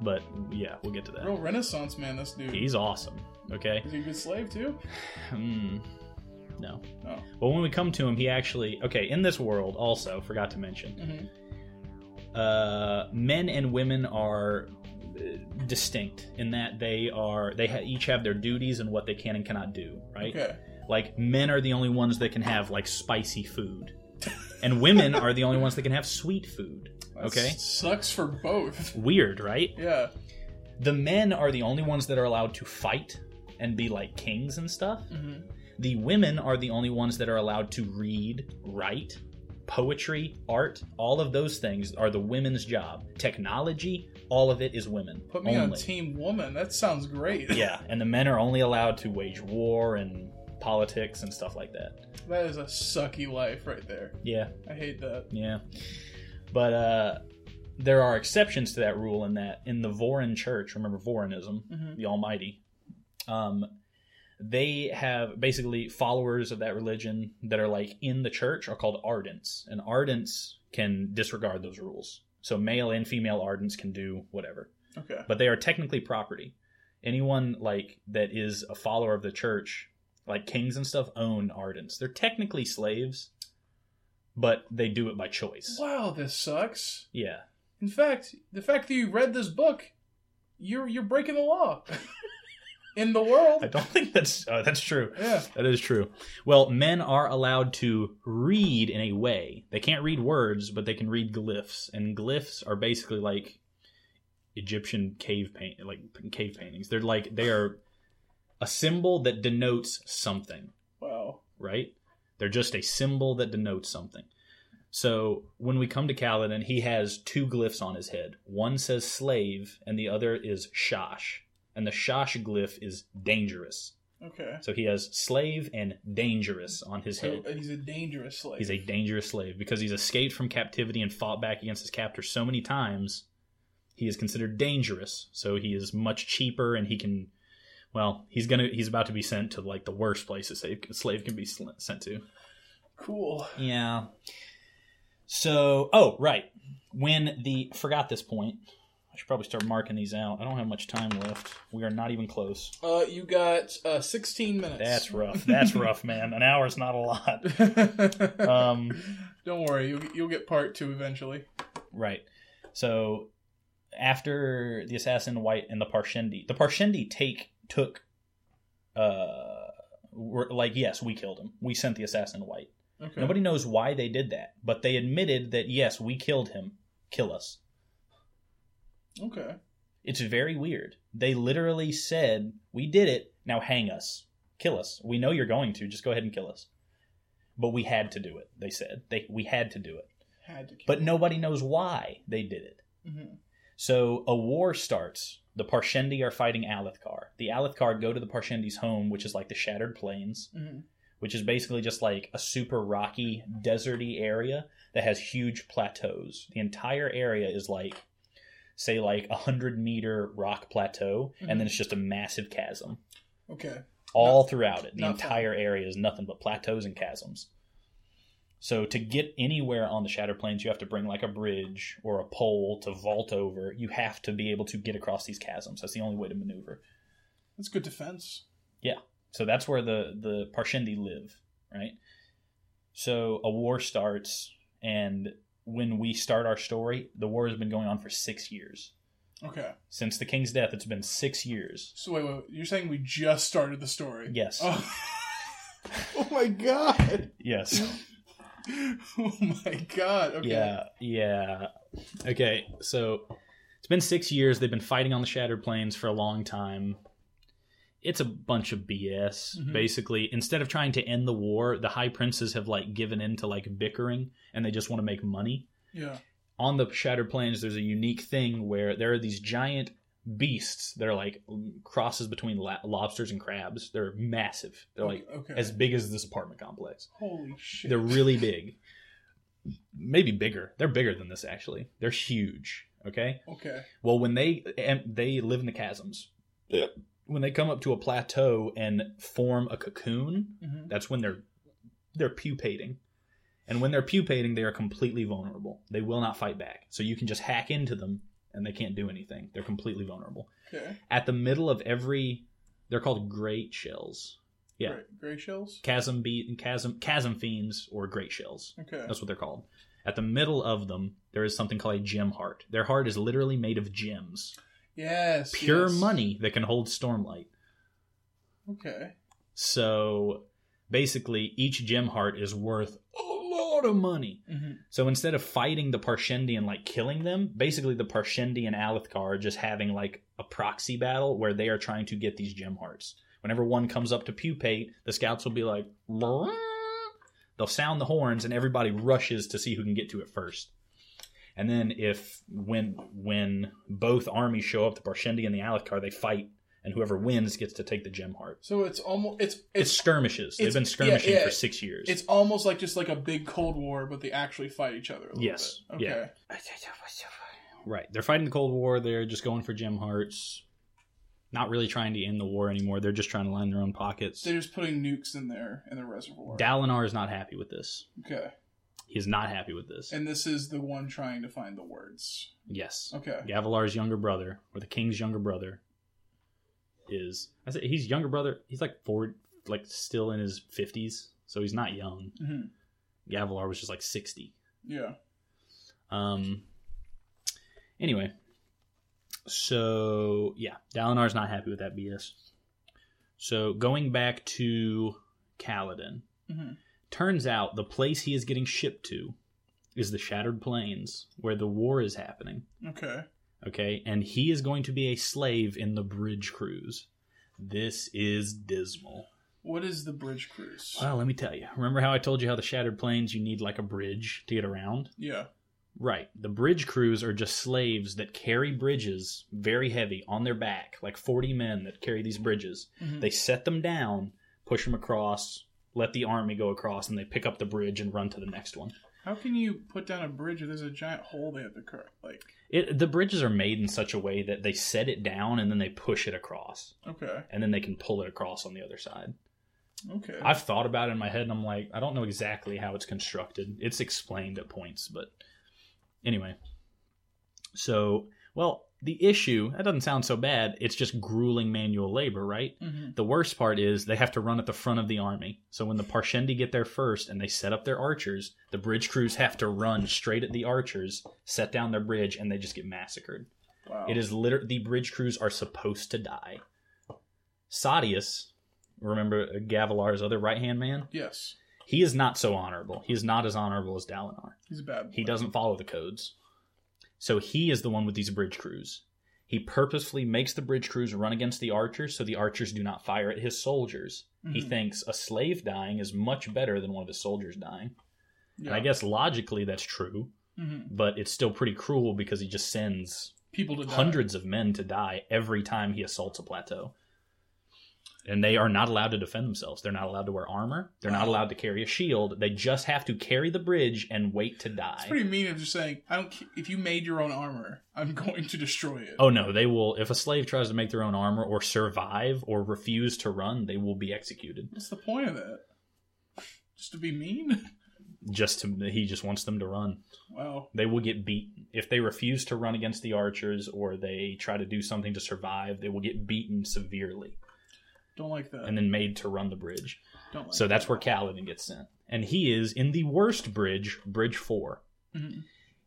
[SPEAKER 2] But yeah, we'll get to that.
[SPEAKER 1] Real Renaissance man, this dude.
[SPEAKER 2] He's awesome. Okay.
[SPEAKER 1] Is he a good slave too?
[SPEAKER 2] Hmm. No.
[SPEAKER 1] Oh.
[SPEAKER 2] But when we come to him, he actually okay. In this world, also forgot to mention,
[SPEAKER 1] hmm
[SPEAKER 2] uh, men and women are uh, distinct in that they are they ha- each have their duties and what they can and cannot do. Right.
[SPEAKER 1] Okay.
[SPEAKER 2] Like men are the only ones that can have like spicy food, and women are the only ones that can have sweet food.
[SPEAKER 1] That
[SPEAKER 2] Okay.
[SPEAKER 1] s- Sucks for both.
[SPEAKER 2] Weird, right?
[SPEAKER 1] Yeah.
[SPEAKER 2] the men are the only ones that are allowed to fight and be like kings and stuff.
[SPEAKER 1] hmm
[SPEAKER 2] The women are the only ones that are allowed to read, write, poetry, art. All of those things are the women's job. Technology, all of it is women.
[SPEAKER 1] Put me
[SPEAKER 2] only.
[SPEAKER 1] on Team Woman. That sounds great.
[SPEAKER 2] yeah, and the men are only allowed to wage war and politics and stuff like that.
[SPEAKER 1] That is a sucky life right there.
[SPEAKER 2] Yeah,
[SPEAKER 1] I hate that.
[SPEAKER 2] yeah. But uh there are exceptions to that rule in that in the Voran church, remember Voranism,
[SPEAKER 1] hmm
[SPEAKER 2] the Almighty. Um, they have basically followers of that religion that are like in the church are called ardents, and ardents can disregard those rules. So male and female ardents can do whatever,
[SPEAKER 1] Okay.
[SPEAKER 2] but they are technically property. Anyone like that is a follower of the church, like kings and stuff, own ardents. They're technically slaves, but they do it by choice.
[SPEAKER 1] Wow, this sucks.
[SPEAKER 2] Yeah.
[SPEAKER 1] In fact, the fact that you read this book, you're you're breaking the law in the world.
[SPEAKER 2] I don't think that's uh, that's true.
[SPEAKER 1] Yeah.
[SPEAKER 2] That is true. Well, men are allowed to read in a way. They can't read words, but they can read glyphs, and glyphs are basically like Egyptian cave paint, like cave paintings. They're like they are a symbol that denotes something,
[SPEAKER 1] Wow.
[SPEAKER 2] right? They're just a symbol that denotes something. So when we come to Kaladin, he has two glyphs on his head. One says slave, and the other is shash. And the shash glyph is dangerous.
[SPEAKER 1] Okay.
[SPEAKER 2] So he has slave and dangerous on his
[SPEAKER 1] So
[SPEAKER 2] head.
[SPEAKER 1] and he's a dangerous slave.
[SPEAKER 2] He's a dangerous slave because he's escaped from captivity and fought back against his captor so many times. He is considered dangerous, so he is much cheaper, and he can. Well, he's gonna. He's about to be sent to like the worst places a slave can be sl- sent to.
[SPEAKER 1] cool.
[SPEAKER 2] Yeah. So, oh right, when the forgot this point, I should probably start marking these out. I don't have much time left. We are not even close.
[SPEAKER 1] Uh, you got uh, 16 minutes.
[SPEAKER 2] That's rough. That's rough, man. An hour's not a lot. Um.
[SPEAKER 1] Don't worry, you'll get, you'll get part two eventually.
[SPEAKER 2] Right. So after the assassin white and the Parshendi, the Parshendi take took uh were like yes, we killed him. We sent the assassin white.
[SPEAKER 1] Okay.
[SPEAKER 2] Nobody knows why they did that, but they admitted that yes, we killed him. Kill us.
[SPEAKER 1] Okay.
[SPEAKER 2] It's very weird. They literally said, "We did it. Now hang us. Kill us. We know you're going to. Just go ahead and kill us." But we had to do it. They said. They we had to do it.
[SPEAKER 1] Had to. Kill
[SPEAKER 2] But nobody knows why they did it.
[SPEAKER 1] Mhm.
[SPEAKER 2] So a war starts. The Parshendi are fighting Alethkar. The Alethkar go to the Parshendi's home, which is like the Shattered Plains,
[SPEAKER 1] Mhm.
[SPEAKER 2] which is basically just like a super rocky, deserty area that has huge plateaus. The entire area is like, say, like a hundred meter rock plateau, and
[SPEAKER 1] Mhm.
[SPEAKER 2] then it's just a massive chasm
[SPEAKER 1] Okay.
[SPEAKER 2] all throughout it. The
[SPEAKER 1] nothing.
[SPEAKER 2] entire area is nothing but plateaus and chasms. So to get anywhere on the Shattered Plains, you have to bring like a bridge or a pole to vault over. You have to be able to get across these chasms. That's the only way to maneuver.
[SPEAKER 1] That's good defense.
[SPEAKER 2] So that's where the the Parshendi live, right? So a war starts, and when we start our story, the war has been going on for six years.
[SPEAKER 1] Okay.
[SPEAKER 2] Since the king's death, it's been six years.
[SPEAKER 1] So wait, wait, wait. you're saying we just started the story?
[SPEAKER 2] Yes.
[SPEAKER 1] Oh. Oh my god.
[SPEAKER 2] Yes.
[SPEAKER 1] Oh my god. Okay.
[SPEAKER 2] Yeah, yeah. Okay, so it's been six years. They've been fighting on the Shattered Plains for a long time. It's a bunch of BS.
[SPEAKER 1] Mhm.
[SPEAKER 2] Basically, instead of trying to end the war, the High Princes have like given in to like bickering, and they just want to make money.
[SPEAKER 1] Yeah.
[SPEAKER 2] On the Shattered Plains, there's a unique thing where there are these giant beasts that are like crosses between la- lobsters and crabs. They're massive. They're like
[SPEAKER 1] okay.
[SPEAKER 2] as big as this apartment complex.
[SPEAKER 1] Holy shit.
[SPEAKER 2] They're really big. Maybe bigger. They're bigger than this actually. They're huge. Okay.
[SPEAKER 1] Okay.
[SPEAKER 2] Well, when they and they live in the chasms. When they come up to a plateau and form a cocoon,
[SPEAKER 1] hmm
[SPEAKER 2] that's when they're they're pupating. And when they're pupating, they are completely vulnerable. They will not fight back. So you can just hack into them and they can't do anything. They're completely vulnerable.
[SPEAKER 1] Okay.
[SPEAKER 2] At the middle of every they're called great shells. Yeah.
[SPEAKER 1] Gray, gray shells.
[SPEAKER 2] Chasm beat and chasm chasm fiends or great shells.
[SPEAKER 1] Okay.
[SPEAKER 2] That's what they're called. At the middle of them, there is something called a gem heart. Their heart is literally made of gems,
[SPEAKER 1] Yes.
[SPEAKER 2] pure
[SPEAKER 1] yes.
[SPEAKER 2] money that can hold stormlight.
[SPEAKER 1] Okay.
[SPEAKER 2] So basically, each gem heart is worth a lot of money.
[SPEAKER 1] hmm
[SPEAKER 2] So instead of fighting the Parshendi and like killing them, basically the Parshendi and Alethkar are just having like a proxy battle where they are trying to get these gem hearts. Whenever one comes up to pupate, the scouts will be like, "Brrrr." they'll sound the horns, and everybody rushes to see who can get to it first. And then if when when both armies show up, the Parshendi and the Alethkar, they fight, and whoever wins gets to take the gem heart.
[SPEAKER 1] So it's almost it's
[SPEAKER 2] It's,
[SPEAKER 1] it's
[SPEAKER 2] skirmishes. They've
[SPEAKER 1] it's-
[SPEAKER 2] been
[SPEAKER 1] yeah,
[SPEAKER 2] skirmishing
[SPEAKER 1] yeah.
[SPEAKER 2] for six years.
[SPEAKER 1] It's almost like just like a big Cold War, but they actually fight each other. A little
[SPEAKER 2] Yes.
[SPEAKER 1] Bit. Okay.
[SPEAKER 2] Yeah. Right. They're fighting the Cold War. They're just going for gem hearts. Not really trying to end the war anymore. They're just trying to line their own pockets.
[SPEAKER 1] They're just putting nukes in there in the reservoir.
[SPEAKER 2] Dalinar is not happy with this.
[SPEAKER 1] okay.
[SPEAKER 2] He is not happy with this.
[SPEAKER 1] And this is the one trying to find the words.
[SPEAKER 2] yes.
[SPEAKER 1] Okay.
[SPEAKER 2] Gavilar's younger brother, or the king's younger brother, is I say he's younger brother. He's like four, like still in his fifties, so he's not young.
[SPEAKER 1] hmm
[SPEAKER 2] Gavilar was just like sixty.
[SPEAKER 1] Yeah.
[SPEAKER 2] Um. Anyway, so yeah, Dalinar's not happy with that BS. So going back to Kaladin,
[SPEAKER 1] hmm
[SPEAKER 2] turns out the place he is getting shipped to is the Shattered Plains, where the war is happening.
[SPEAKER 1] Okay.
[SPEAKER 2] Okay, and he is going to be a slave in the bridge cruise. This is dismal.
[SPEAKER 1] What is the bridge cruise?
[SPEAKER 2] Well, let me tell you. Remember how I told you how the shattered planes you need like a bridge to get around?
[SPEAKER 1] yeah.
[SPEAKER 2] Right. The bridge crews are just slaves that carry bridges very heavy on their back, like 40 men that carry these bridges.
[SPEAKER 1] Mhm.
[SPEAKER 2] They set them down, push them across, let the army go across, and they pick up the bridge and run to the next one.
[SPEAKER 1] How can you put down a bridge if there's a giant hole they have to cut? Like,
[SPEAKER 2] It, the bridges are made in such a way that they set it down and then they push it across,
[SPEAKER 1] okay,
[SPEAKER 2] and then they can pull it across on the other side.
[SPEAKER 1] okay.
[SPEAKER 2] I've thought about it in my head, and I'm like, I don't know exactly how it's constructed. It's explained at points, but anyway. So, well, the issue that doesn't sound so bad. It's just grueling manual labor, right?
[SPEAKER 1] Mhm.
[SPEAKER 2] The worst part is they have to run at the front of the army. So when the Parshendi get there first and they set up their archers, the bridge crews have to run straight at the archers, set down their bridge, and they just get massacred.
[SPEAKER 1] Wow.
[SPEAKER 2] It is liter- the bridge crews are supposed to die. Sadius, remember Gavilar's other right hand man?
[SPEAKER 1] Yes,
[SPEAKER 2] He is not so honorable. He is not as honorable as Dalinar.
[SPEAKER 1] he's a bad.
[SPEAKER 2] He
[SPEAKER 1] boy.
[SPEAKER 2] doesn't follow the codes. So he is the one with these bridge crews. He purposefully makes the bridge crews run against the archers so the archers do not fire at his soldiers. He
[SPEAKER 1] Mhm.
[SPEAKER 2] thinks a slave dying is much better than one of his soldiers dying.
[SPEAKER 1] Yeah.
[SPEAKER 2] And I guess logically that's true,
[SPEAKER 1] Mhm.
[SPEAKER 2] but it's still pretty cruel because he just sends
[SPEAKER 1] people to die.
[SPEAKER 2] hundreds of men to die every time he assaults a plateau. And they are not allowed to defend themselves. They're not allowed to wear armor. They're not
[SPEAKER 1] Wow.
[SPEAKER 2] allowed to carry a shield. They just have to carry the bridge and wait to
[SPEAKER 1] It's
[SPEAKER 2] die.
[SPEAKER 1] pretty mean of just saying, "I don't. ca- If you made your own armor, I'm going to destroy it."
[SPEAKER 2] oh no, they will. If a slave tries to make their own armor or survive or refuse to run, they will be executed.
[SPEAKER 1] What's the point of that? Just to be mean?
[SPEAKER 2] Just to, he just wants them to run.
[SPEAKER 1] Wow.
[SPEAKER 2] They will get beaten if they refuse to run against the archers or they try to do something to survive. They will get beaten severely
[SPEAKER 1] Don't like that.
[SPEAKER 2] and then made to run the bridge.
[SPEAKER 1] don't like.
[SPEAKER 2] So that's where Kaladin gets sent. And he is in the worst bridge, Bridge 4.
[SPEAKER 1] Mhm.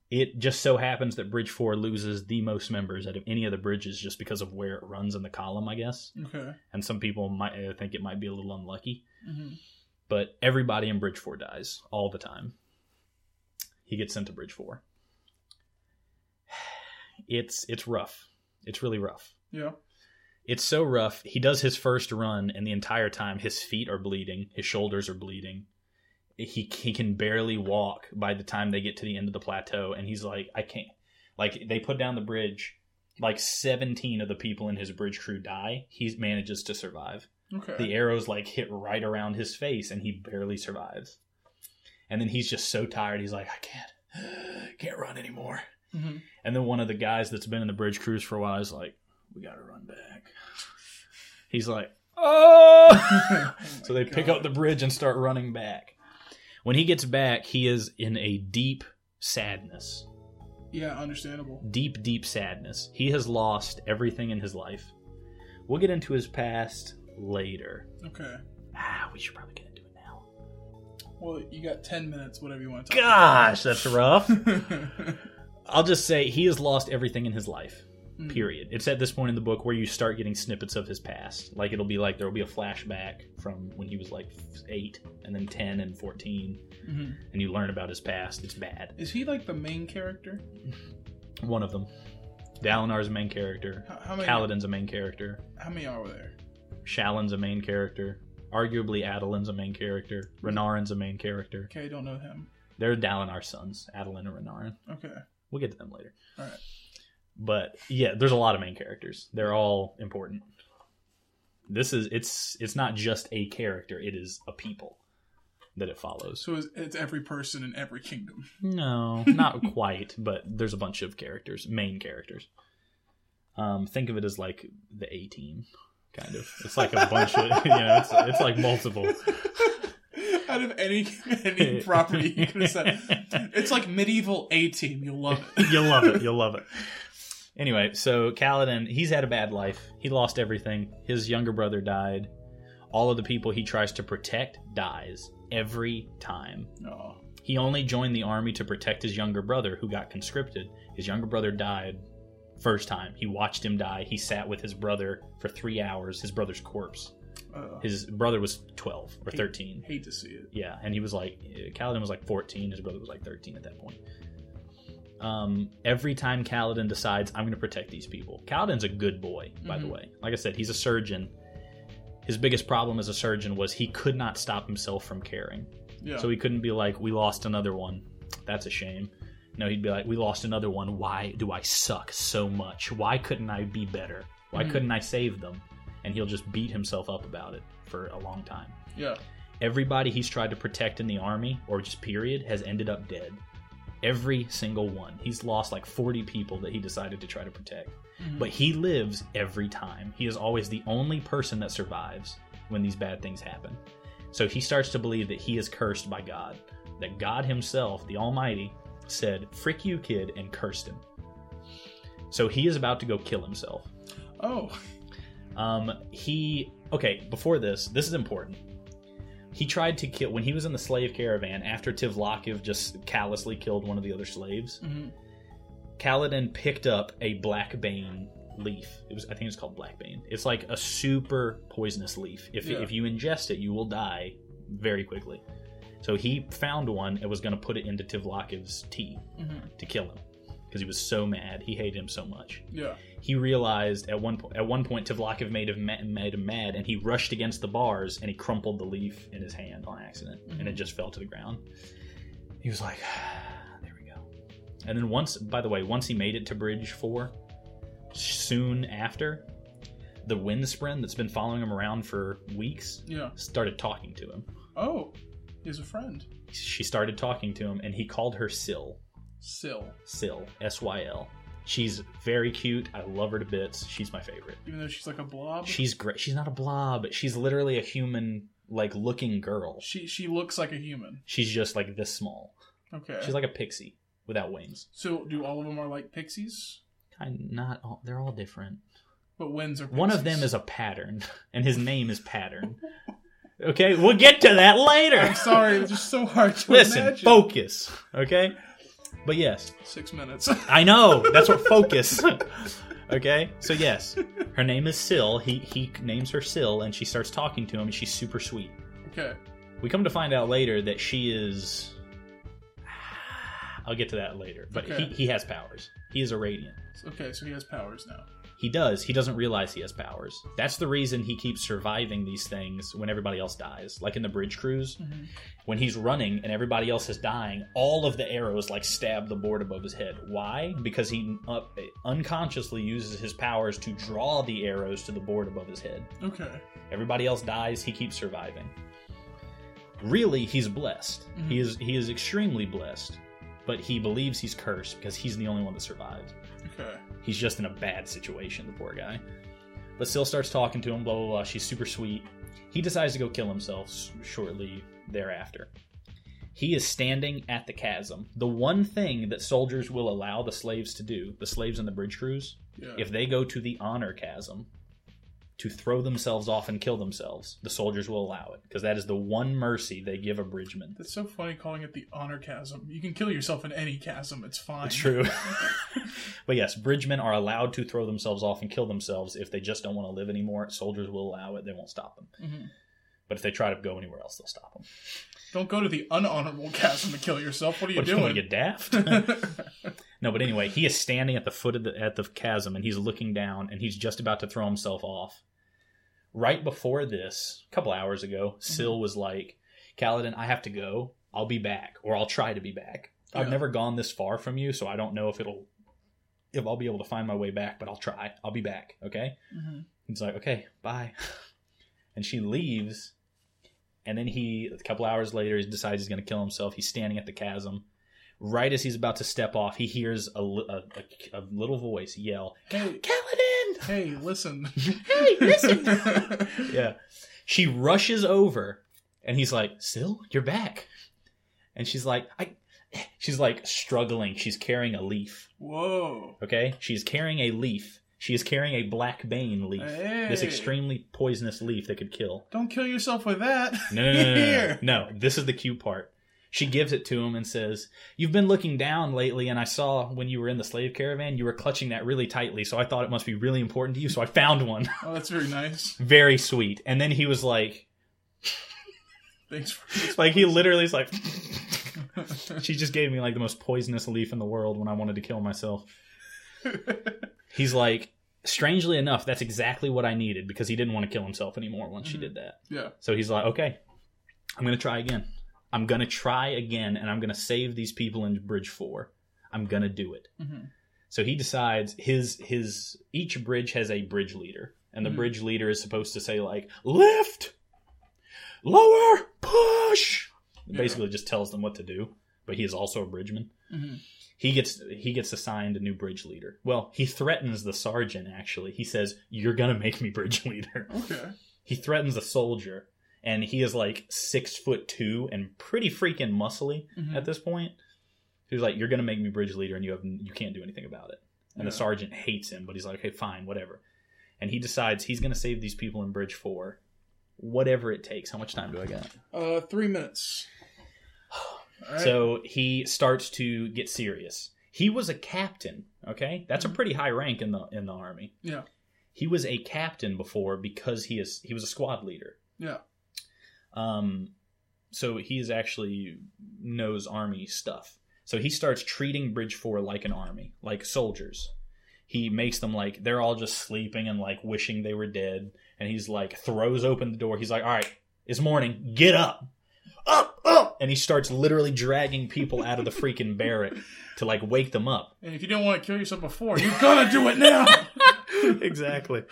[SPEAKER 2] It just so happens that Bridge 4 loses the most members out of any of the bridges just because of where it runs in the column, I guess.
[SPEAKER 1] Okay.
[SPEAKER 2] And some people might uh, think it might be a little unlucky.
[SPEAKER 1] hmm
[SPEAKER 2] But everybody in Bridge 4 dies all the time. He gets sent to Bridge 4. It's it's rough. It's really rough.
[SPEAKER 1] Yeah.
[SPEAKER 2] It's so rough. He does his first run, and the entire time his feet are bleeding, his shoulders are bleeding. He he can barely walk by the time they get to the end of the plateau, and he's like, I can't. Like they put down the bridge, like seventeen of the people in his bridge crew die. He manages to survive.
[SPEAKER 1] Okay.
[SPEAKER 2] The arrows like hit right around his face, and he barely survives. And then he's just so tired. He's like, I can't, can't run anymore.
[SPEAKER 1] Mhm.
[SPEAKER 2] And then one of the guys that's been in the bridge cruise for a while is like, "We got to run back." He's like, "Oh!"
[SPEAKER 1] Oh my
[SPEAKER 2] so they pick
[SPEAKER 1] God.
[SPEAKER 2] up the bridge and start running back. When he gets back, he is in a deep sadness.
[SPEAKER 1] Yeah, understandable.
[SPEAKER 2] Deep, deep sadness. He has lost everything in his life. We'll get into his past later.
[SPEAKER 1] Okay.
[SPEAKER 2] Ah, we should probably get into it now.
[SPEAKER 1] Well, you got ten minutes. Whatever you want to. Talk Mm-hmm.
[SPEAKER 2] Gosh, that's rough.
[SPEAKER 1] God.
[SPEAKER 2] I'll just say he has lost everything in his life.
[SPEAKER 1] Hmm.
[SPEAKER 2] period. It's at this point in the book where you start getting snippets of his past. Like it'll be like there will be a flashback from when he was like eight, and then ten, and fourteen,
[SPEAKER 1] hmm
[SPEAKER 2] and you learn about his past. It's bad.
[SPEAKER 1] Is he like the main character?
[SPEAKER 2] One of them, Dalinar's a main character.
[SPEAKER 1] How, how many?
[SPEAKER 2] Kaladin's a main character.
[SPEAKER 1] How many are there?
[SPEAKER 2] Shalin's a main character. Arguably, Adolin's a main character. Renarin's a main character.
[SPEAKER 1] Okay, I don't know him.
[SPEAKER 2] They're Dalinar's sons, Adolin and Renarin.
[SPEAKER 1] Okay.
[SPEAKER 2] We'll get to them later.
[SPEAKER 1] Alright.
[SPEAKER 2] But yeah, there's a lot of main characters. They're all important. This is it's it's not just a character, it is a people that it follows.
[SPEAKER 1] So it's, it's every person in every kingdom.
[SPEAKER 2] No, not quite, but there's a bunch of characters, main characters. Um, think of it as like the A team, kind of. It's like a bunch of you know, it's it's like multiple.
[SPEAKER 1] Out of any any property you could have said, it's like medieval A team. You'll love it.
[SPEAKER 2] You'll love it. You'll love it. Anyway, so Kaladin, he's had a bad life. He lost everything. His younger brother died. All of the people he tries to protect dies every time.
[SPEAKER 1] Oh,
[SPEAKER 2] He only joined the army to protect his younger brother who got conscripted. His younger brother died first time. He watched him die. He sat with his brother for 3 hours, his brother's corpse.
[SPEAKER 1] uh,
[SPEAKER 2] His brother was 12 or 13.
[SPEAKER 1] hate to see it.
[SPEAKER 2] Yeah, and he was like, Kaladin was like 14, his brother was like 13 at that point. Um, every time Kaladin decides, I'm going to protect these people. Kaladin's a good boy, by the
[SPEAKER 1] Mhm.
[SPEAKER 2] way. Like I said, he's a surgeon. his biggest problem as a surgeon was he could not stop himself from caring.
[SPEAKER 1] Yeah.
[SPEAKER 2] So he couldn't be like, we lost another one. That's a shame. No, he'd be like, we lost another one. Why do I suck so much? Why couldn't I be better? Why
[SPEAKER 1] Mhm.
[SPEAKER 2] couldn't I save them? And he'll just beat himself up about it for a long time.
[SPEAKER 1] yeah.
[SPEAKER 2] Everybody he's tried to protect in the army, or just period, has ended up dead. Every single one. He's lost like 40 people that he decided to try to protect.
[SPEAKER 1] Mhm.
[SPEAKER 2] But he lives every time. He is always the only person that survives when these bad things happen. So he starts to believe that he is cursed by God. That God Himself, the Almighty, said, Frick you, kid, and cursed him. So he is about to go kill himself.
[SPEAKER 1] oh.
[SPEAKER 2] Um, he okay. Before this, this is important. He tried to kill when he was in the slave caravan after Tivlakiv just callously killed one of the other slaves.
[SPEAKER 1] Mhm.
[SPEAKER 2] Kaladin picked up a blackbane leaf. It was I think it's called blackbane. It's like a super poisonous leaf. If
[SPEAKER 1] Yeah.
[SPEAKER 2] if you ingest it, you will die very quickly. So he found one and was going to put it into Tivlakiv's tea
[SPEAKER 1] Mhm.
[SPEAKER 2] to kill him because he was so mad. He hated him so much
[SPEAKER 1] Yeah.
[SPEAKER 2] he realized at one po- at one point Tavlakov made him ma- made him mad, and he rushed against the bars and he crumpled the leaf in his hand on accident, and it
[SPEAKER 1] Mhm.
[SPEAKER 2] just fell to the ground. He was like, "There we go." And then once, by the way, once he made it to Bridge Four, soon after, the windsprint that's been following him around for weeks
[SPEAKER 1] Yeah.
[SPEAKER 2] started talking to him.
[SPEAKER 1] Oh. He's a friend.
[SPEAKER 2] She started talking to him, and he called her Sill.
[SPEAKER 1] Still.
[SPEAKER 2] Sill, S Y L. She's very cute. I love her to bits. She's my favorite.
[SPEAKER 1] Even though she's like a blob.
[SPEAKER 2] She's great. She's not a blob. She's literally a human like looking girl.
[SPEAKER 1] She she looks like a human.
[SPEAKER 2] She's just like this small.
[SPEAKER 1] Okay.
[SPEAKER 2] She's like a pixie without wings.
[SPEAKER 1] so do all of them are like pixies?
[SPEAKER 2] Kind not all. They're all different.
[SPEAKER 1] But wins are pixies.
[SPEAKER 2] One of them is a pattern, and his name is Pattern. Okay, we'll get to that later.
[SPEAKER 1] I'm sorry, it's just so hard to
[SPEAKER 2] Listen,
[SPEAKER 1] imagine.
[SPEAKER 2] focus. Okay, but yes,
[SPEAKER 1] Six minutes.
[SPEAKER 2] I know. That's what focus. okay. So yes, her name is Syl. He he names her Syl, and she starts talking to him, and she's super sweet.
[SPEAKER 1] okay.
[SPEAKER 2] We come to find out later that she is. I'll get to that later. But
[SPEAKER 1] Okay.
[SPEAKER 2] he, he has powers. He is a radiant.
[SPEAKER 1] Okay, so he has powers now.
[SPEAKER 2] He does. He doesn't realize he has powers. That's the reason he keeps surviving these things when everybody else dies. Like in the bridge cruise,
[SPEAKER 1] Mhm.
[SPEAKER 2] when he's running and everybody else is dying, all of the arrows like stab the board above his head. Why? Because he up, unconsciously uses his powers to draw the arrows to the board above his head.
[SPEAKER 1] Okay.
[SPEAKER 2] Everybody else dies, he keeps surviving. Really, he's blessed. He is he is extremely blessed, but he believes he's cursed because he's the only one that survived.
[SPEAKER 1] Okay.
[SPEAKER 2] He's just in a bad situation, the poor guy. But still starts talking to him, blah blah blah. She's super sweet. He decides to go kill himself s- shortly thereafter. He is standing at the chasm. The one thing that soldiers will allow the slaves to do, the slaves on the bridge crews,
[SPEAKER 1] Yeah.
[SPEAKER 2] if they go to the honor chasm to throw themselves off and kill themselves, the soldiers will allow it because that is the one mercy they give a bridgeman.
[SPEAKER 1] That's so funny calling it the honor chasm. You can kill yourself in any chasm, it's fine.
[SPEAKER 2] It's true. but yes, bridgemen are allowed to throw themselves off and kill themselves if they just don't want to live anymore. Soldiers will allow it; they won't stop them.
[SPEAKER 1] Mhm.
[SPEAKER 2] But if they try to go anywhere else, they'll stop them.
[SPEAKER 1] Don't go to the unhonorable chasm to kill yourself. What are you
[SPEAKER 2] What, you want
[SPEAKER 1] doing?
[SPEAKER 2] to get daft? no, but anyway, he is standing at the foot of the at the chasm and he's looking down and he's just about to throw himself off. Right before this, a couple hours ago, Syl was like, "Kaladin, I have to go. I'll be back, or I'll try to be back. I've
[SPEAKER 1] Yeah.
[SPEAKER 2] never gone this far from you, so I don't know if it'll if I'll be able to find my way back, but I'll try. I'll be back, okay?"
[SPEAKER 1] Mhm.
[SPEAKER 2] He's like, okay, bye. And she leaves. And then he, a couple hours later, he decides he's going to kill himself. He's standing at the chasm. Right as he's about to step off, he hears a, li- a, a, a little voice yell,
[SPEAKER 1] Hey,
[SPEAKER 2] Kaladin!
[SPEAKER 1] hey, listen.
[SPEAKER 2] Hey, listen! yeah. She rushes over and he's like, Syl, you're back. And she's like, I. She's like struggling. She's carrying a leaf.
[SPEAKER 1] Whoa.
[SPEAKER 2] Okay? She's carrying a leaf. She is carrying a black bane leaf.
[SPEAKER 1] Hey.
[SPEAKER 2] This extremely poisonous leaf that could kill.
[SPEAKER 1] Don't kill yourself with that.
[SPEAKER 2] No, no, no, no, no,
[SPEAKER 1] Here.
[SPEAKER 2] no. This is the cute part. She gives it to him and says, "You've been looking down lately, and I saw when you were in the slave caravan, you were clutching that really tightly. So I thought it must be really important to you. So I found one.
[SPEAKER 1] Oh, that's very nice.
[SPEAKER 2] Very sweet." And then he was like,
[SPEAKER 1] Thanks for
[SPEAKER 2] like he literally is like, she just gave me like the most poisonous leaf in the world when I wanted to kill myself. He's like, strangely enough, that's exactly what I needed because he didn't want to kill himself anymore once she
[SPEAKER 1] Mhm.
[SPEAKER 2] did that.
[SPEAKER 1] Yeah.
[SPEAKER 2] So he's like, okay, I'm going to try again. I'm going to try again and I'm going to save these people in Bridge 4. I'm going to do it.
[SPEAKER 1] Mhm.
[SPEAKER 2] So he decides his his each bridge has a bridge leader and the
[SPEAKER 1] Mhm.
[SPEAKER 2] bridge leader is supposed to say like lift lower push.
[SPEAKER 1] Yeah.
[SPEAKER 2] Basically just tells them what to do, but he is also a bridgeman
[SPEAKER 1] Mhm.
[SPEAKER 2] he gets he gets assigned a new bridge leader. Well, he threatens the sergeant actually. He says, "You're going to make me bridge leader."
[SPEAKER 1] Okay.
[SPEAKER 2] He threatens the soldier and he is like 6 foot 2 and pretty freaking muscly
[SPEAKER 1] Mhm.
[SPEAKER 2] at this point. He's like, "You're going to make me bridge leader and you have you can't do anything about it." And the
[SPEAKER 1] Yeah.
[SPEAKER 2] sergeant hates him, but he's like, "Okay, fine, whatever." And he decides he's going to save these people in bridge 4 whatever it takes. How much time do I got?
[SPEAKER 1] Uh, three minutes. All right.
[SPEAKER 2] So he starts to get serious. He was a captain, okay? That's a pretty high rank in the in the army.
[SPEAKER 1] Mm-hmm. Yeah.
[SPEAKER 2] He was a captain before because he is he was a squad leader.
[SPEAKER 1] Yeah.
[SPEAKER 2] Um so he is actually knows army stuff. So he starts treating Bridge 4 like an army, like soldiers. He makes them like they're all just sleeping and like wishing they were dead and he's like throws open the door. He's like, "All right, it's morning. Get up." Up, up. And he starts literally dragging people out of the freaking barrack to like wake them up.
[SPEAKER 1] and if you didn't want to kill yourself before, you're gonna do it now.
[SPEAKER 2] exactly.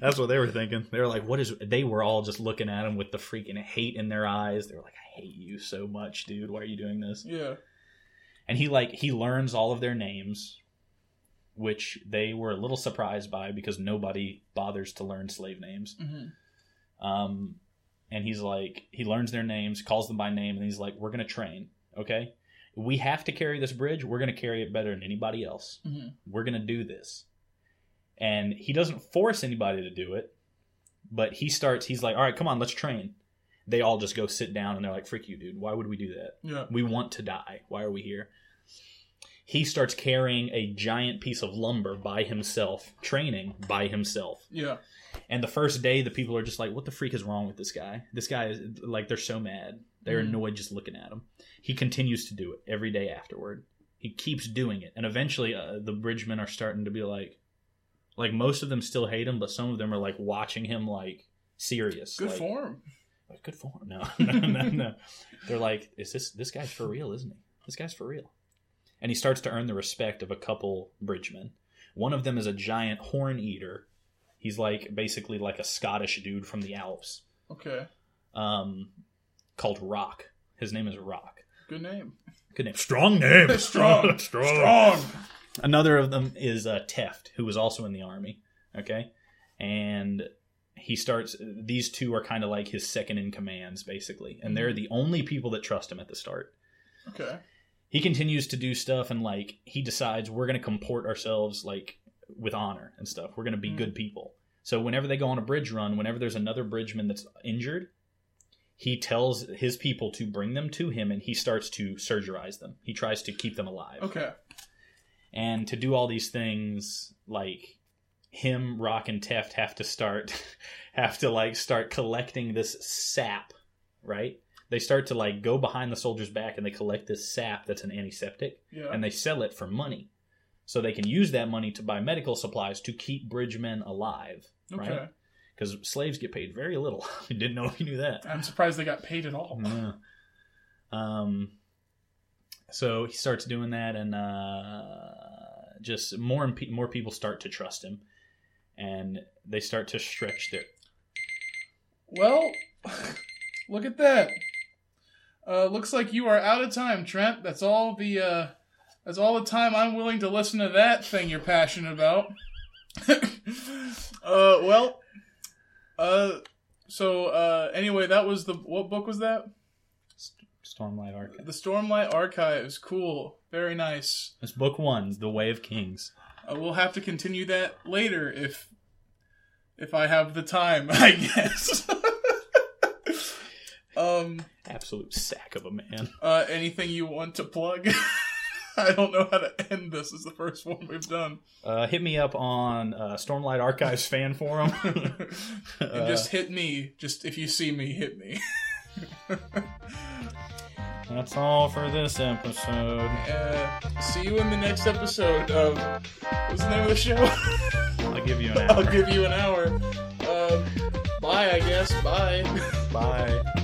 [SPEAKER 2] That's what they were thinking. They were like, "What is?" They were all just looking at him with the freaking hate in their eyes. They were like, "I hate you so much, dude. Why are you doing this?"
[SPEAKER 1] yeah.
[SPEAKER 2] And he like he learns all of their names, which they were a little surprised by because nobody bothers to learn slave names.
[SPEAKER 1] Mhm.
[SPEAKER 2] Um, and he's like, he learns their names, calls them by name, and he's like, we're going to train, okay? We have to carry this bridge. We're going to carry it better than anybody else.
[SPEAKER 1] Mhm.
[SPEAKER 2] We're going to do this. And he doesn't force anybody to do it, but he starts, he's like, all right, come on, let's train. They all just go sit down and they're like, freak you, dude. Why would we do that?
[SPEAKER 1] Yeah.
[SPEAKER 2] We want to die. Why are we here? He starts carrying a giant piece of lumber by himself, training by himself.
[SPEAKER 1] Yeah.
[SPEAKER 2] And the first day, the people are just like, "What the freak is wrong with this guy? This guy is like, they're so mad, they're
[SPEAKER 1] Mhm.
[SPEAKER 2] annoyed just looking at him." He continues to do it every day afterward. He keeps doing it, and eventually, uh, the bridgemen are starting to be like, like most of them still hate him, but some of them are like watching him like serious.
[SPEAKER 1] Good
[SPEAKER 2] like,
[SPEAKER 1] form.
[SPEAKER 2] like, good form. No, no, no, no. They're like, is this this guy's for real? Isn't he? This guy's for real. And he starts to earn the respect of a couple bridgemen. One of them is a giant horn eater. He's like basically like a Scottish dude from the Alps,
[SPEAKER 1] Okay.
[SPEAKER 2] um, called Rock. His name is Rock.
[SPEAKER 1] Good name.
[SPEAKER 2] Good name, strong name,
[SPEAKER 1] Strong. Strong.
[SPEAKER 2] Another of them is uh, Teft, who was also in the army. Okay, and he starts. These two are kind of like his second in commands, basically, and they're the only people that trust him at the start.
[SPEAKER 1] Okay.
[SPEAKER 2] He continues to do stuff, and like he decides we're going to comport ourselves like with honor and stuff. We're going to be
[SPEAKER 1] Mhm.
[SPEAKER 2] good people. So whenever they go on a bridge run, whenever there's another bridgeman that's injured, he tells his people to bring them to him, and he starts to surgerize them. He tries to keep them alive
[SPEAKER 1] Okay.
[SPEAKER 2] and to do all these things like him rock and teft have to start have to like start collecting this sap right they start to like go behind the soldier's back and they collect this sap that's an antiseptic
[SPEAKER 1] Yeah.
[SPEAKER 2] and they sell it for money so they can use that money to buy medical supplies to keep bridgemen alive
[SPEAKER 1] okay.
[SPEAKER 2] right. because slaves get paid very little i didn't know if you knew that
[SPEAKER 1] I'm surprised they got paid at all.
[SPEAKER 2] yeah. Oh, Um. So he starts doing that, and uh, just more and pe- more people start to trust him, and they start to stretch their.
[SPEAKER 1] Well, look at that. Uh, looks like you are out of time, Trent. That's all the uh, that's all the time I'm willing to listen to that thing you're passionate about. uh, well, uh, so uh, anyway, that was the what book was that?
[SPEAKER 2] Stormlight Archive.
[SPEAKER 1] The Stormlight Archives. Cool, very nice.
[SPEAKER 2] It's book one, The Way of Kings.
[SPEAKER 1] Uh, we'll have to continue that later if if I have the time, I guess. um.
[SPEAKER 2] Absolute sack of a man.
[SPEAKER 1] Uh, anything you want to plug? I don't know how to end this. It's the first one we've done.
[SPEAKER 2] Uh, hit me up on uh, Stormlight Archives fan forum.
[SPEAKER 1] and
[SPEAKER 2] Uh,
[SPEAKER 1] just hit me. Just if you see me, hit me.
[SPEAKER 2] Uh, That's all for this episode.
[SPEAKER 1] Uh, see you in the next episode of what's the name of the show?
[SPEAKER 2] I'll give you an
[SPEAKER 1] I'll
[SPEAKER 2] hour.
[SPEAKER 1] give you an hour. Um, bye, I guess. Bye.
[SPEAKER 2] Bye.